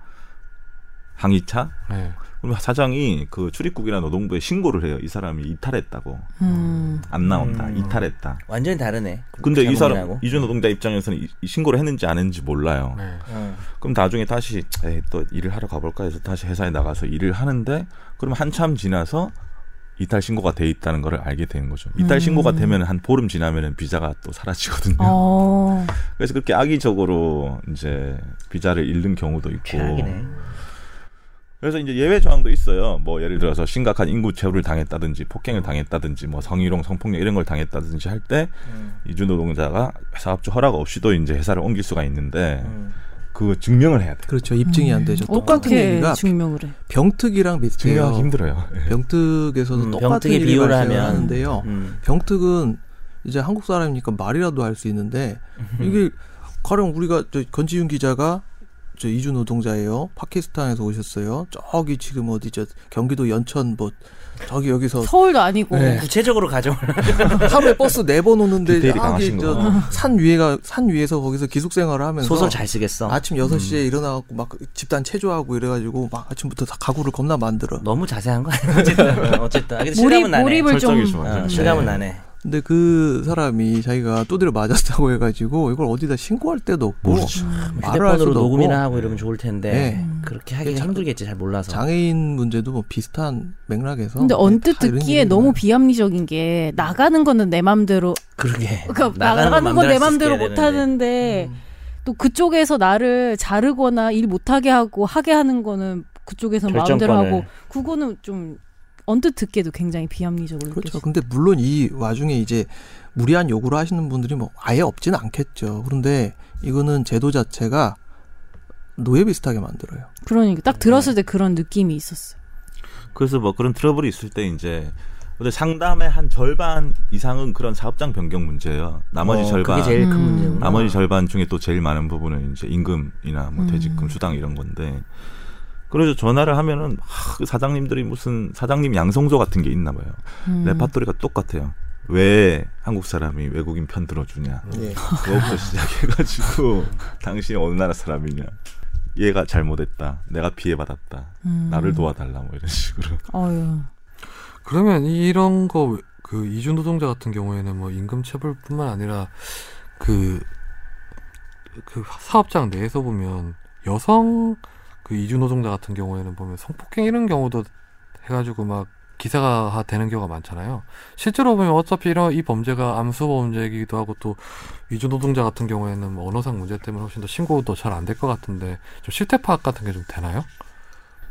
Speaker 5: 항의차
Speaker 1: 예.
Speaker 5: 그럼 사장이 그 출입국이나 노동부에 신고를 해요. 이 사람이 이탈했다고.
Speaker 6: 음.
Speaker 5: 안 나온다.
Speaker 2: 음.
Speaker 5: 이탈했다.
Speaker 2: 완전히 다르네.
Speaker 5: 근데 이 사람
Speaker 2: 자국민하고. 네.
Speaker 5: 이주 노동자 입장에서는 이, 이 신고를 했는지 안 했는지 몰라요.
Speaker 1: 네.
Speaker 2: 어.
Speaker 5: 그럼 나중에 다시 에이, 또 일을 하러 가볼까 해서 다시 회사에 나가서 일을 하는데 그럼 한참 지나서 이탈 신고가 돼 있다는 걸 알게 되는 거죠. 이탈
Speaker 6: 음.
Speaker 5: 신고가 되면 한 보름 지나면은 비자가 또 사라지거든요.
Speaker 6: 어.
Speaker 5: 그래서 그렇게 악의적으로 이제 비자를 잃는 경우도 있고
Speaker 2: 최악이네.
Speaker 5: 그래서 이제 예외 조항도 있어요. 뭐 예를 들어서 심각한 인구 채우를 당했다든지 폭행을 당했다든지 뭐 성희롱, 성폭력 이런 걸 당했다든지 할 때 이주 노동자가 회사 업주 허락 없이도 이제 회사를 옮길 수가 있는데 그 증명을 해야 돼.
Speaker 4: 그렇죠. 입증이 안 되죠. 똑같은
Speaker 6: 어떻게
Speaker 4: 얘기가
Speaker 6: 증명을 해.
Speaker 4: 병특이랑
Speaker 5: 증명하기
Speaker 4: 비슷해요.
Speaker 5: 힘들어요.
Speaker 4: 병특에서도
Speaker 2: 음,
Speaker 4: 똑같은
Speaker 2: 병특에
Speaker 4: 일이
Speaker 2: 비유를
Speaker 4: 발생을
Speaker 2: 하면.
Speaker 4: 하는데요. 병특은 이제 한국 사람이니까 말이라도 할 수 있는데
Speaker 5: 음.
Speaker 4: 이게 가령 우리가 저 건지윤 기자가 저 이주 노동자예요. 파키스탄에서 오셨어요. 저기 지금 어디 저 경기도 연천 뭐 저기 여기서
Speaker 6: 서울도 아니고.
Speaker 4: 네.
Speaker 2: 구체적으로 가정을
Speaker 4: 하루에 버스 네 번 오는데
Speaker 5: 디테일이
Speaker 4: 저기
Speaker 5: 강하신
Speaker 4: 저
Speaker 5: 거구나.
Speaker 4: 산 위에가 산 위에서 거기서 기숙 생활을 하면서
Speaker 2: 소설 잘 쓰겠어.
Speaker 4: 아침 6시에
Speaker 5: 음.
Speaker 4: 일어나 갖고 막 집단 체조하고 이래 가지고 막 아침부터 다 가구를 겁나 만들어.
Speaker 2: 너무 자세한 거 아니야? 어쨌든 어쨌든. 아, 근데 실감은
Speaker 3: 몰입
Speaker 2: 나네.
Speaker 3: 몰입을 좀
Speaker 5: 설정이
Speaker 2: 어,
Speaker 5: 좋아요.
Speaker 2: 실감은 나네.
Speaker 4: 근데 그 사람이 자기가 두드려 맞았다고 해가지고 이걸 어디다 신고할 데도 없고
Speaker 3: 그렇죠.
Speaker 5: 모르죠.
Speaker 4: 말을 할
Speaker 2: 음, 휴대폰으로
Speaker 4: 수도
Speaker 2: 녹음이나
Speaker 4: 없고
Speaker 2: 하고 이러면 좋을 텐데
Speaker 4: 네.
Speaker 2: 그렇게 하기가
Speaker 4: 자-
Speaker 2: 힘들겠지 잘 몰라서.
Speaker 4: 장애인 문제도 뭐 비슷한 맥락에서
Speaker 3: 근데 언뜻
Speaker 4: 네, 다 이런
Speaker 3: 듣기에
Speaker 4: 얘기구나.
Speaker 2: 음.
Speaker 3: 너무 비합리적인 게 나가는 거는 내 맘대로
Speaker 2: 그러게.
Speaker 3: 그러니까 나가는 건 내 맘대로 못 하는데
Speaker 2: 음.
Speaker 3: 또 그쪽에서 나를 자르거나 일 못하게 하고 하게 하는 거는 그쪽에서 마음대로
Speaker 2: 결정권을.
Speaker 3: 하고 그거는 좀 언뜻 듣기에도 굉장히 비합리적으로
Speaker 4: 그렇죠.
Speaker 3: 느껴져요.
Speaker 4: 근데 물론 이 와중에 이제 무리한 요구를 하시는 분들이 뭐 아예 없진 않겠죠. 그런데 이거는 제도 자체가 노예 비슷하게 만들어요.
Speaker 3: 그러니까 딱 들었을
Speaker 2: 네.
Speaker 3: 때 그런 느낌이 있었어요.
Speaker 5: 그래서 뭐 그런 트러블이 있을 때 이제 근데 상담의 한 절반 이상은 그런 사업장 변경 문제예요. 나머지 절반
Speaker 2: 어, 그게 제일 아. 큰
Speaker 6: 음.
Speaker 2: 문제구나.
Speaker 5: 나머지 절반 중에 또 제일 많은 부분은 이제 임금이나 뭐
Speaker 6: 음.
Speaker 5: 퇴직금, 수당 이런 건데. 그래서 전화를 하면은 하, 그 사장님들이 무슨 사장님 양성소 같은 게 있나 봐요.
Speaker 6: 음.
Speaker 4: 네,
Speaker 5: 레파토리가 똑같아요. 왜 한국 사람이 외국인 편 들어주냐.
Speaker 4: 예.
Speaker 5: 그거부터 시작해가지고 당신이 어느 나라 사람이냐. 얘가 잘못했다. 내가 피해받았다.
Speaker 6: 음.
Speaker 5: 나를 도와달라. 뭐 이런 식으로.
Speaker 6: 어휴.
Speaker 1: 그러면 이런 거 그 이주 노동자 같은 경우에는 뭐 임금 체불뿐만 아니라 그 그 사업장 내에서 보면 여성 그 이주 노동자 같은 경우에는 보면 성폭행 이런 경우도 해가지고 막 기사가 되는 경우가 많잖아요. 실제로 보면 어차피 이런 이 범죄가 암수 범죄이기도 하고 또 이주 노동자 같은 경우에는 뭐 언어상 문제 때문에 훨씬 더 신고도 잘 안 될 것 같은데 좀 실태 파악 같은 게 좀 되나요?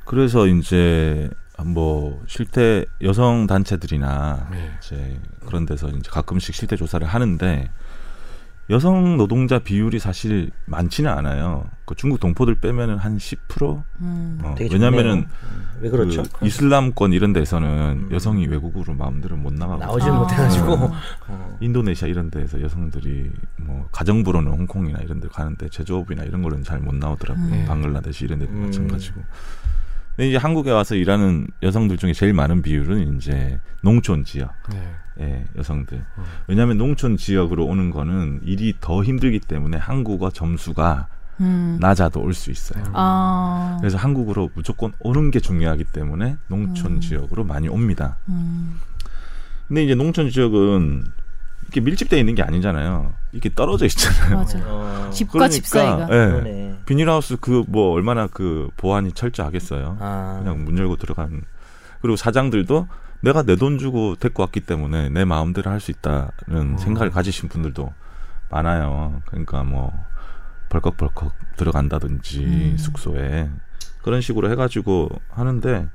Speaker 5: 그래서 이제 뭐 실태 여성 단체들이나
Speaker 1: 네.
Speaker 5: 이제 그런 데서 이제 가끔씩 실태 조사를 하는데 여성 노동자 비율이 사실 많지는 않아요. 그 중국 동포들 빼면은 한 10%?
Speaker 6: 음.
Speaker 5: 어,
Speaker 2: 되게 좋네요.
Speaker 5: 왜냐면은
Speaker 2: 음, 왜
Speaker 5: 그
Speaker 2: 그렇죠?
Speaker 5: 이슬람권 이런 데서는
Speaker 2: 음.
Speaker 5: 여성이 외국으로 마음대로 못 나가고
Speaker 2: 나오질
Speaker 6: 아.
Speaker 2: 못해가지고 어.
Speaker 5: 인도네시아 이런 데에서 여성들이 뭐 가정부로는 홍콩이나 이런 데 가는데 제조업이나 이런 거는 잘 못 나오더라고요.
Speaker 6: 네.
Speaker 1: 음.
Speaker 5: 방글라데시 이런 데도
Speaker 2: 음.
Speaker 5: 마찬가지고. 근데 이제 한국에 와서 일하는 여성들 중에 제일 많은 비율은 이제 농촌 지역.
Speaker 1: 네.
Speaker 5: 의 여성들.
Speaker 6: 어.
Speaker 1: 음.
Speaker 5: 왜냐하면 농촌 지역으로 오는 거는 일이 더 힘들기 때문에 한국어 점수가
Speaker 6: 음.
Speaker 5: 낮아도 올 수
Speaker 1: 네.
Speaker 5: 있어요.
Speaker 6: 아.
Speaker 5: 그래서 한국으로 무조건 오는 게 중요하기 때문에 농촌
Speaker 6: 음.
Speaker 5: 지역으로 많이 옵니다.
Speaker 6: 음.
Speaker 5: 근데 이제 농촌 지역은 이렇게 밀집돼 있는 게 아니잖아요. 이렇게 떨어져 있잖아요.
Speaker 6: 맞아.
Speaker 2: 어,
Speaker 6: 집과
Speaker 5: 그러니까,
Speaker 6: 집 사이가.
Speaker 5: 예.
Speaker 2: 그러네.
Speaker 5: 비닐하우스 그 뭐 얼마나 그 보안이 철저하겠어요.
Speaker 2: 아,
Speaker 5: 그냥 문 열고 들어간. 그리고 사장들도 내가 내 돈 주고 데리고 왔기 때문에 내 마음대로 할 수 있다는
Speaker 1: 음.
Speaker 5: 생각을 가지신 분들도 많아요. 그러니까 뭐 벌컥벌컥 들어간다든지
Speaker 6: 음.
Speaker 5: 숙소에 그런 식으로 해가지고 하는데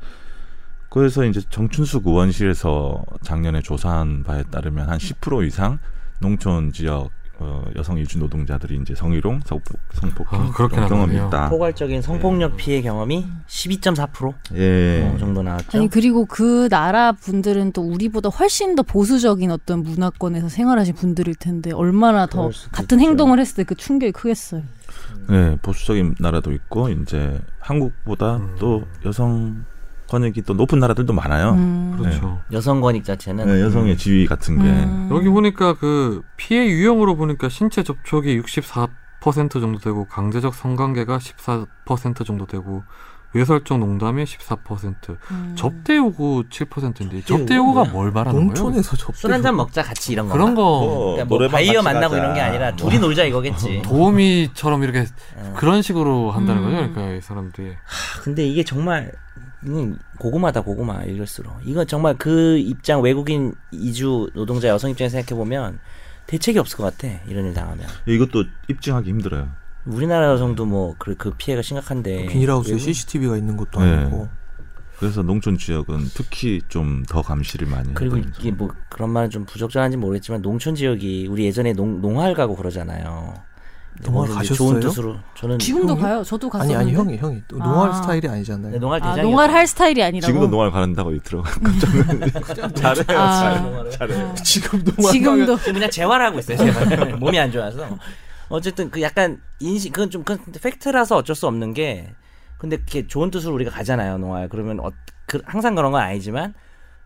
Speaker 5: 그래서 이제 정춘숙 의원실에서 작년에 조사한 바에 따르면 한 10% 이상 농촌 지역 어, 여성 이주 노동자들이 이제 성희롱, 성폭, 성폭행
Speaker 1: 아, 그렇게
Speaker 5: 이런 경험이
Speaker 1: 나가네요.
Speaker 5: 있다.
Speaker 2: 포괄적인 성폭력 피해 경험이 12.4%
Speaker 5: 예.
Speaker 2: 어, 정도 나왔죠.
Speaker 3: 아니 그리고 그 나라 분들은 또 우리보다 훨씬 더 보수적인 어떤 문화권에서 생활하신 분들일 텐데 얼마나 더
Speaker 2: 그럴 수도
Speaker 3: 같은
Speaker 2: 있죠.
Speaker 3: 행동을 했을 때 그 충격이 크겠어요.
Speaker 5: 네, 보수적인 나라도 있고 이제 한국보다
Speaker 1: 음.
Speaker 5: 또 여성 권익이 또 높은 나라들도 많아요.
Speaker 6: 음.
Speaker 1: 그렇죠.
Speaker 2: 여성 권익 자체는
Speaker 5: 네, 여성의 지위 같은 게
Speaker 6: 음.
Speaker 1: 여기 보니까 그 피해 유형으로 보니까 신체 접촉이 64% 정도 되고 강제적 성관계가 14% 정도 되고 외설적 농담이 14%
Speaker 6: 음.
Speaker 1: 접대 요구 7%인데
Speaker 2: 접대
Speaker 1: 접대 요구가
Speaker 2: 요구냐?
Speaker 1: 뭘 말하는 거예요?
Speaker 4: 농촌에서 접대
Speaker 2: 술 한잔 먹자 같이 이런 거.
Speaker 1: 그런 거
Speaker 5: 어,
Speaker 2: 그러니까 뭐
Speaker 5: 노래방
Speaker 2: 바이어
Speaker 5: 같이
Speaker 2: 만나고
Speaker 5: 가자. 뭐.
Speaker 2: 이런 게 아니라 둘이 놀자 이거겠지.
Speaker 1: 도우미처럼 이렇게
Speaker 2: 어.
Speaker 1: 그런 식으로 한다는 거죠.
Speaker 6: 음.
Speaker 1: 그러니까 이 사람들이
Speaker 2: 근데 이게 정말 음, 고구마다 고구마 읽을수록 이건 정말 그 입장 외국인 이주 노동자 여성 입장에 생각해 보면 대책이 없을 것 같아 이런 일 당하면
Speaker 5: 이것도 입증하기 힘들어요.
Speaker 2: 우리나라 여성도 뭐 그 그 피해가 심각한데
Speaker 4: 비닐하우스에
Speaker 2: 외국-
Speaker 4: CCTV가 있는 것도
Speaker 5: 네.
Speaker 4: 아니고
Speaker 5: 그래서 농촌 지역은 특히 좀 더 감시를 많이.
Speaker 2: 그리고
Speaker 5: 해야 돼요.
Speaker 2: 이게 뭐 그런 말은 좀 부적절한지 모르겠지만 농촌 지역이 우리 예전에 농, 농활 가고 그러잖아요.
Speaker 4: 농활
Speaker 2: 거기서 이제
Speaker 4: 가셨어요?
Speaker 2: 좋은 뜻으로 저는
Speaker 6: 지금도
Speaker 4: 형이?
Speaker 6: 가요. 저도 갔었는데.
Speaker 4: 아니 아니 형이 형이 또 농활
Speaker 6: 아.
Speaker 4: 스타일이 아니잖아요.
Speaker 2: 네, 농활
Speaker 6: 아,
Speaker 2: 대장
Speaker 6: 농활 할 스타일이 아니라고.
Speaker 5: 지금도 농활 가는다고 들어가. 잘해요,
Speaker 6: 아.
Speaker 5: 잘해요, 잘해요.
Speaker 4: 지금
Speaker 6: 지금도
Speaker 2: 지금 그냥 재활하고 있어요. 재활. 몸이 안 좋아서. 어쨌든 그 약간 인식 그건 좀 그건 팩트라서 어쩔 수 없는 게 근데 그게 좋은 뜻으로 우리가 가잖아요 농활 그러면 어, 그, 항상 그런 건 아니지만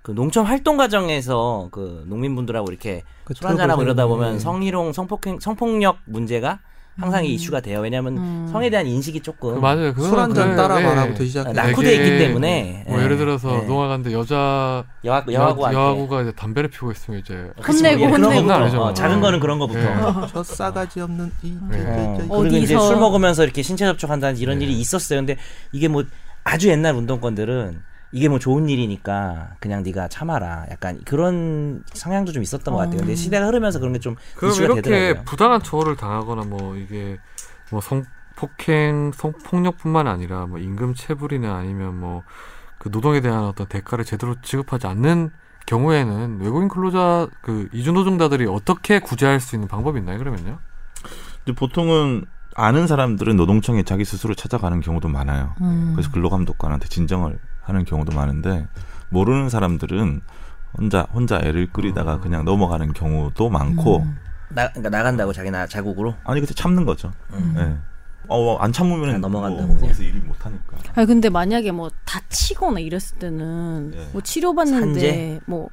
Speaker 2: 그 농촌 활동 과정에서 그 농민분들하고 이렇게
Speaker 4: 그
Speaker 2: 술 한잔하고
Speaker 4: 트러블
Speaker 2: 이러다
Speaker 4: 때문에.
Speaker 2: 보면 성희롱 성폭행 성폭력 문제가 항상 이슈가 돼요 왜냐하면
Speaker 3: 음.
Speaker 2: 성에 대한 인식이
Speaker 1: 그
Speaker 2: 조금
Speaker 1: 맞아요. 그거는
Speaker 4: 술 한잔
Speaker 1: 그래,
Speaker 4: 따라
Speaker 1: 예.
Speaker 4: 말하고부터
Speaker 2: 아,
Speaker 4: 시작해.
Speaker 2: 낙후돼
Speaker 1: 되게
Speaker 2: 있기 때문에
Speaker 1: 뭐
Speaker 2: 예.
Speaker 1: 예를 들어서
Speaker 2: 예.
Speaker 1: 농활 갔는데 여자
Speaker 2: 여하,
Speaker 1: 여-
Speaker 2: 여하고한테
Speaker 1: 여하고가 이제 담배를 피우고 있으면 이제
Speaker 2: 그치,
Speaker 6: 혼내고,
Speaker 2: 예, 그런
Speaker 6: 혼내고.
Speaker 2: 거부터.
Speaker 1: 장난 아니죠.
Speaker 2: 어, 작은 거는 그런 거부터
Speaker 1: 예.
Speaker 4: 저 싸가지 없는 이
Speaker 1: 네.
Speaker 2: 어,
Speaker 4: 저- 저-
Speaker 2: 그리고 이제
Speaker 6: 어디서-
Speaker 2: 술 먹으면서 이렇게 신체 접촉한다는 이런
Speaker 1: 네.
Speaker 2: 일이 있었어요. 근데 이게 뭐 아주 옛날 운동권들은 이게 뭐 좋은 일이니까 그냥 네가 참아라. 약간 그런 성향도 좀 있었던 것 같아요. 근데 시대가 흐르면서 그런 게 좀
Speaker 1: 그럼
Speaker 2: 이슈가
Speaker 1: 이렇게
Speaker 2: 되더라고요.
Speaker 1: 부당한 처우를 당하거나 뭐 이게 뭐 성폭행, 성폭력뿐만 아니라 뭐 임금 체불이나 아니면 뭐 그 노동에 대한 어떤 대가를 제대로 지급하지 않는 경우에는 외국인 근로자 그 이주 노동자들이 어떻게 구제할 수 있는 방법이 있나요? 그러면요?
Speaker 5: 근데 보통은 아는 사람들은 노동청에 자기 스스로 찾아가는 경우도 많아요.
Speaker 6: 음.
Speaker 5: 그래서 근로감독관한테 진정을 하는 경우도 많은데 모르는 사람들은 혼자 혼자 애를 끓이다가 그냥 넘어가는 경우도 많고
Speaker 2: 나, 그러니까 나간다고 자기 나 자국으로.
Speaker 5: 아니 그때 참는 거죠. 예. 어, 안 참으면
Speaker 2: 그냥 음. 아, 넘어간다고
Speaker 5: 뭐,
Speaker 2: 그냥.
Speaker 5: 거기서 일이 못 하니까.
Speaker 6: 아니 근데 만약에 뭐 다치거나 이랬을 때는
Speaker 5: 예.
Speaker 6: 뭐 치료받는데
Speaker 2: 산재?
Speaker 6: 뭐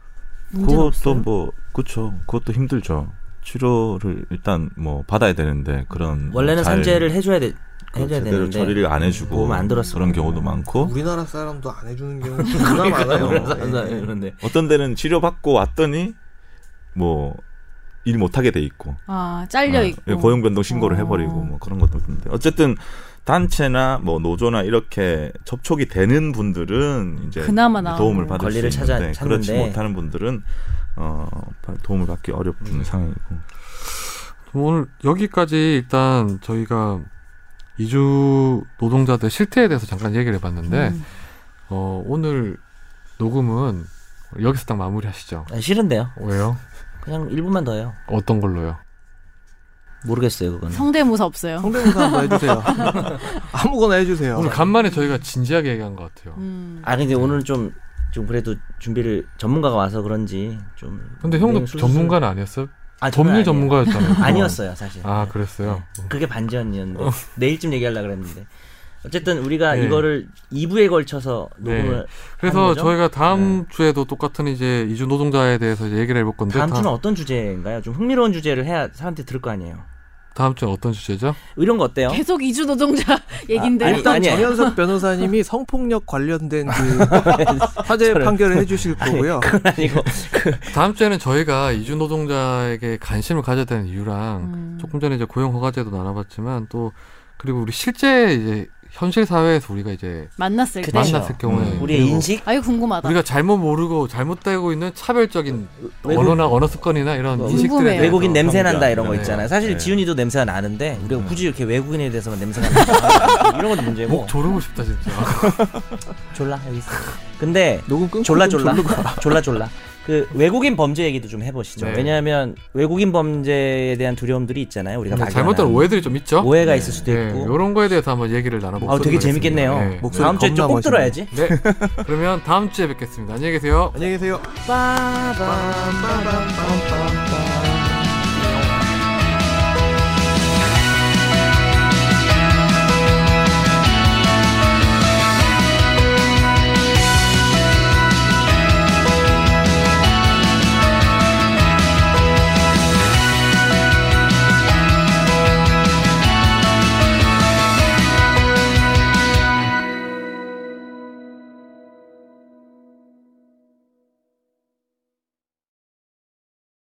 Speaker 6: 문제
Speaker 5: 그것도
Speaker 6: 없어요.
Speaker 5: 뭐 그렇죠. 그것도 힘들죠. 치료를 일단 뭐 받아야 되는데 그런 뭐
Speaker 2: 원래는
Speaker 5: 잘
Speaker 2: 산재를 해줘야 돼.
Speaker 5: 그
Speaker 2: 해줘야
Speaker 5: 제대로
Speaker 2: 되는데
Speaker 5: 처리를 안 해주고
Speaker 2: 보험 안 들었어.
Speaker 5: 그런 경우도 많고
Speaker 4: 우리나라 사람도 안 해주는 경우 정말 많아요.
Speaker 1: 네.
Speaker 5: 우리나라
Speaker 4: 예, 예.
Speaker 2: 그런데
Speaker 5: 어떤 데는 치료받고 왔더니 뭐 일 못하게 돼 있고
Speaker 6: 아 잘려
Speaker 5: 아,
Speaker 6: 있고
Speaker 5: 예, 고용 변동 신고를
Speaker 6: 어.
Speaker 5: 해버리고 뭐 그런 것도 있는데 어쨌든 단체나 뭐 노조나 이렇게 접촉이 되는 분들은 이제
Speaker 6: 그나마 나은
Speaker 5: 예, 도움을 받을
Speaker 2: 권리를
Speaker 5: 수
Speaker 2: 찾아-
Speaker 5: 있는데 네, 그렇지
Speaker 2: 찾는데.
Speaker 5: 못하는 분들은 어 도움을 받기 어렵은
Speaker 2: 음.
Speaker 5: 상황이고
Speaker 1: 오늘 여기까지 일단 저희가 이주 노동자들 실태에 대해서 잠깐 얘기를 해봤는데
Speaker 6: 음.
Speaker 1: 어, 오늘 녹음은 여기서 딱 마무리하시죠.
Speaker 2: 아, 싫은데요.
Speaker 1: 왜요?
Speaker 2: 그냥 1분만 더요.
Speaker 1: 어떤 걸로요?
Speaker 2: 모르겠어요 그건.
Speaker 6: 성대모사 없어요.
Speaker 4: 성대모사 한번 해주세요. 음, 아무거나 해주세요.
Speaker 2: 네.
Speaker 1: 오늘 간만에 저희가 진지하게 얘기한 것 같아요.
Speaker 6: 음.
Speaker 2: 아 근데 오늘 좀. 좀 그래도 준비를 전문가가 와서 그런지 좀
Speaker 1: 근데 형도
Speaker 2: 네, 술술-
Speaker 1: 전문가는 아니었어요?
Speaker 2: 아, 저는
Speaker 1: 법률
Speaker 2: 아니에요.
Speaker 1: 전문가였잖아요.
Speaker 2: 아니었어요 네. 사실.
Speaker 1: 아 그랬어요. 어.
Speaker 2: 그게 반전이었는데 내일쯤 얘기하려 그랬는데 어쨌든 우리가
Speaker 1: 네.
Speaker 2: 이거를 2부에 걸쳐서
Speaker 1: 네.
Speaker 2: 녹음을 하는
Speaker 1: 그래서
Speaker 2: 거죠? 네.
Speaker 1: 저희가 다음 주에도 똑같은 이제 이주 노동자에 대해서 이제 얘기를 해볼 건데
Speaker 2: 다음
Speaker 1: 다-
Speaker 2: 주는 어떤 주제인가요? 좀 흥미로운 주제를 해야 사람들이 들을 거 아니에요.
Speaker 1: 다음 주는 어떤 주제죠?
Speaker 2: 이런 거 어때요?
Speaker 6: 계속 이주 노동자 얘긴데
Speaker 2: 아니,
Speaker 4: 일단
Speaker 2: 아니에요.
Speaker 4: 정현석 변호사님이 성폭력 관련된 그 화재
Speaker 2: 저런.
Speaker 4: 판결을 해주실 거고요.
Speaker 2: 그건 아니고
Speaker 1: 다음 주에는 저희가 이주 노동자에게 관심을 가져야 되는 이유랑
Speaker 2: 음.
Speaker 6: 음.
Speaker 1: 조금 전에 이제 고용 허가제도 나눠봤지만 또 그리고 우리 실제 이제 현실 사회에서 우리가 이제
Speaker 6: 만났을 때
Speaker 2: 그쵸. 그렇죠.
Speaker 1: 만났을 경우에
Speaker 2: 우리의
Speaker 1: 그리고
Speaker 2: 인식
Speaker 6: 아유 궁금하다.
Speaker 1: 우리가 잘못 모르고 잘못되고 있는 차별적인
Speaker 2: 외국- 뭐
Speaker 1: 언어나 언어 습관이나 이런
Speaker 6: 어,
Speaker 1: 인식들에
Speaker 6: 궁금해요.
Speaker 1: 대해서
Speaker 2: 네. 외국인 냄새 난다 이런 거
Speaker 1: 네.
Speaker 2: 있잖아요. 사실
Speaker 5: 네.
Speaker 2: 지훈이도 냄새가 나는데 우리가 굳이 이렇게 외국인에 대해서만 냄새가 나는 이런 것도 문제고
Speaker 1: 목 조르고 싶다 진짜.
Speaker 2: 아, 졸라 여기 있어. 근데
Speaker 4: 녹음 끊고
Speaker 2: 졸라
Speaker 4: 좀
Speaker 2: 졸라
Speaker 4: 졸르고
Speaker 2: 졸라 졸라 그 외국인 범죄 얘기도 좀 해보시죠
Speaker 1: 네.
Speaker 2: 왜냐하면 외국인 범죄에 대한 두려움들이 있잖아요 우리가
Speaker 1: 뭐
Speaker 2: 막연한.
Speaker 1: 잘못된 오해들이 좀 있죠.
Speaker 2: 오해가 있을 수도
Speaker 1: 네,
Speaker 2: 있고
Speaker 1: 이런 거에 대해서 한번 얘기를 나눠보도록
Speaker 2: 아 되게
Speaker 1: 하겠습니다.
Speaker 2: 재밌겠네요
Speaker 1: 네.
Speaker 4: 목소리
Speaker 2: 다음 주에
Speaker 4: 겁나
Speaker 2: 좀꼭
Speaker 4: 멋있네.
Speaker 2: 들어야지
Speaker 1: 네. 그러면 다음 주에 뵙겠습니다. 안녕히 계세요.
Speaker 4: 안녕히 계세요.
Speaker 2: 빠밤.
Speaker 4: 빰빰빰빰빰.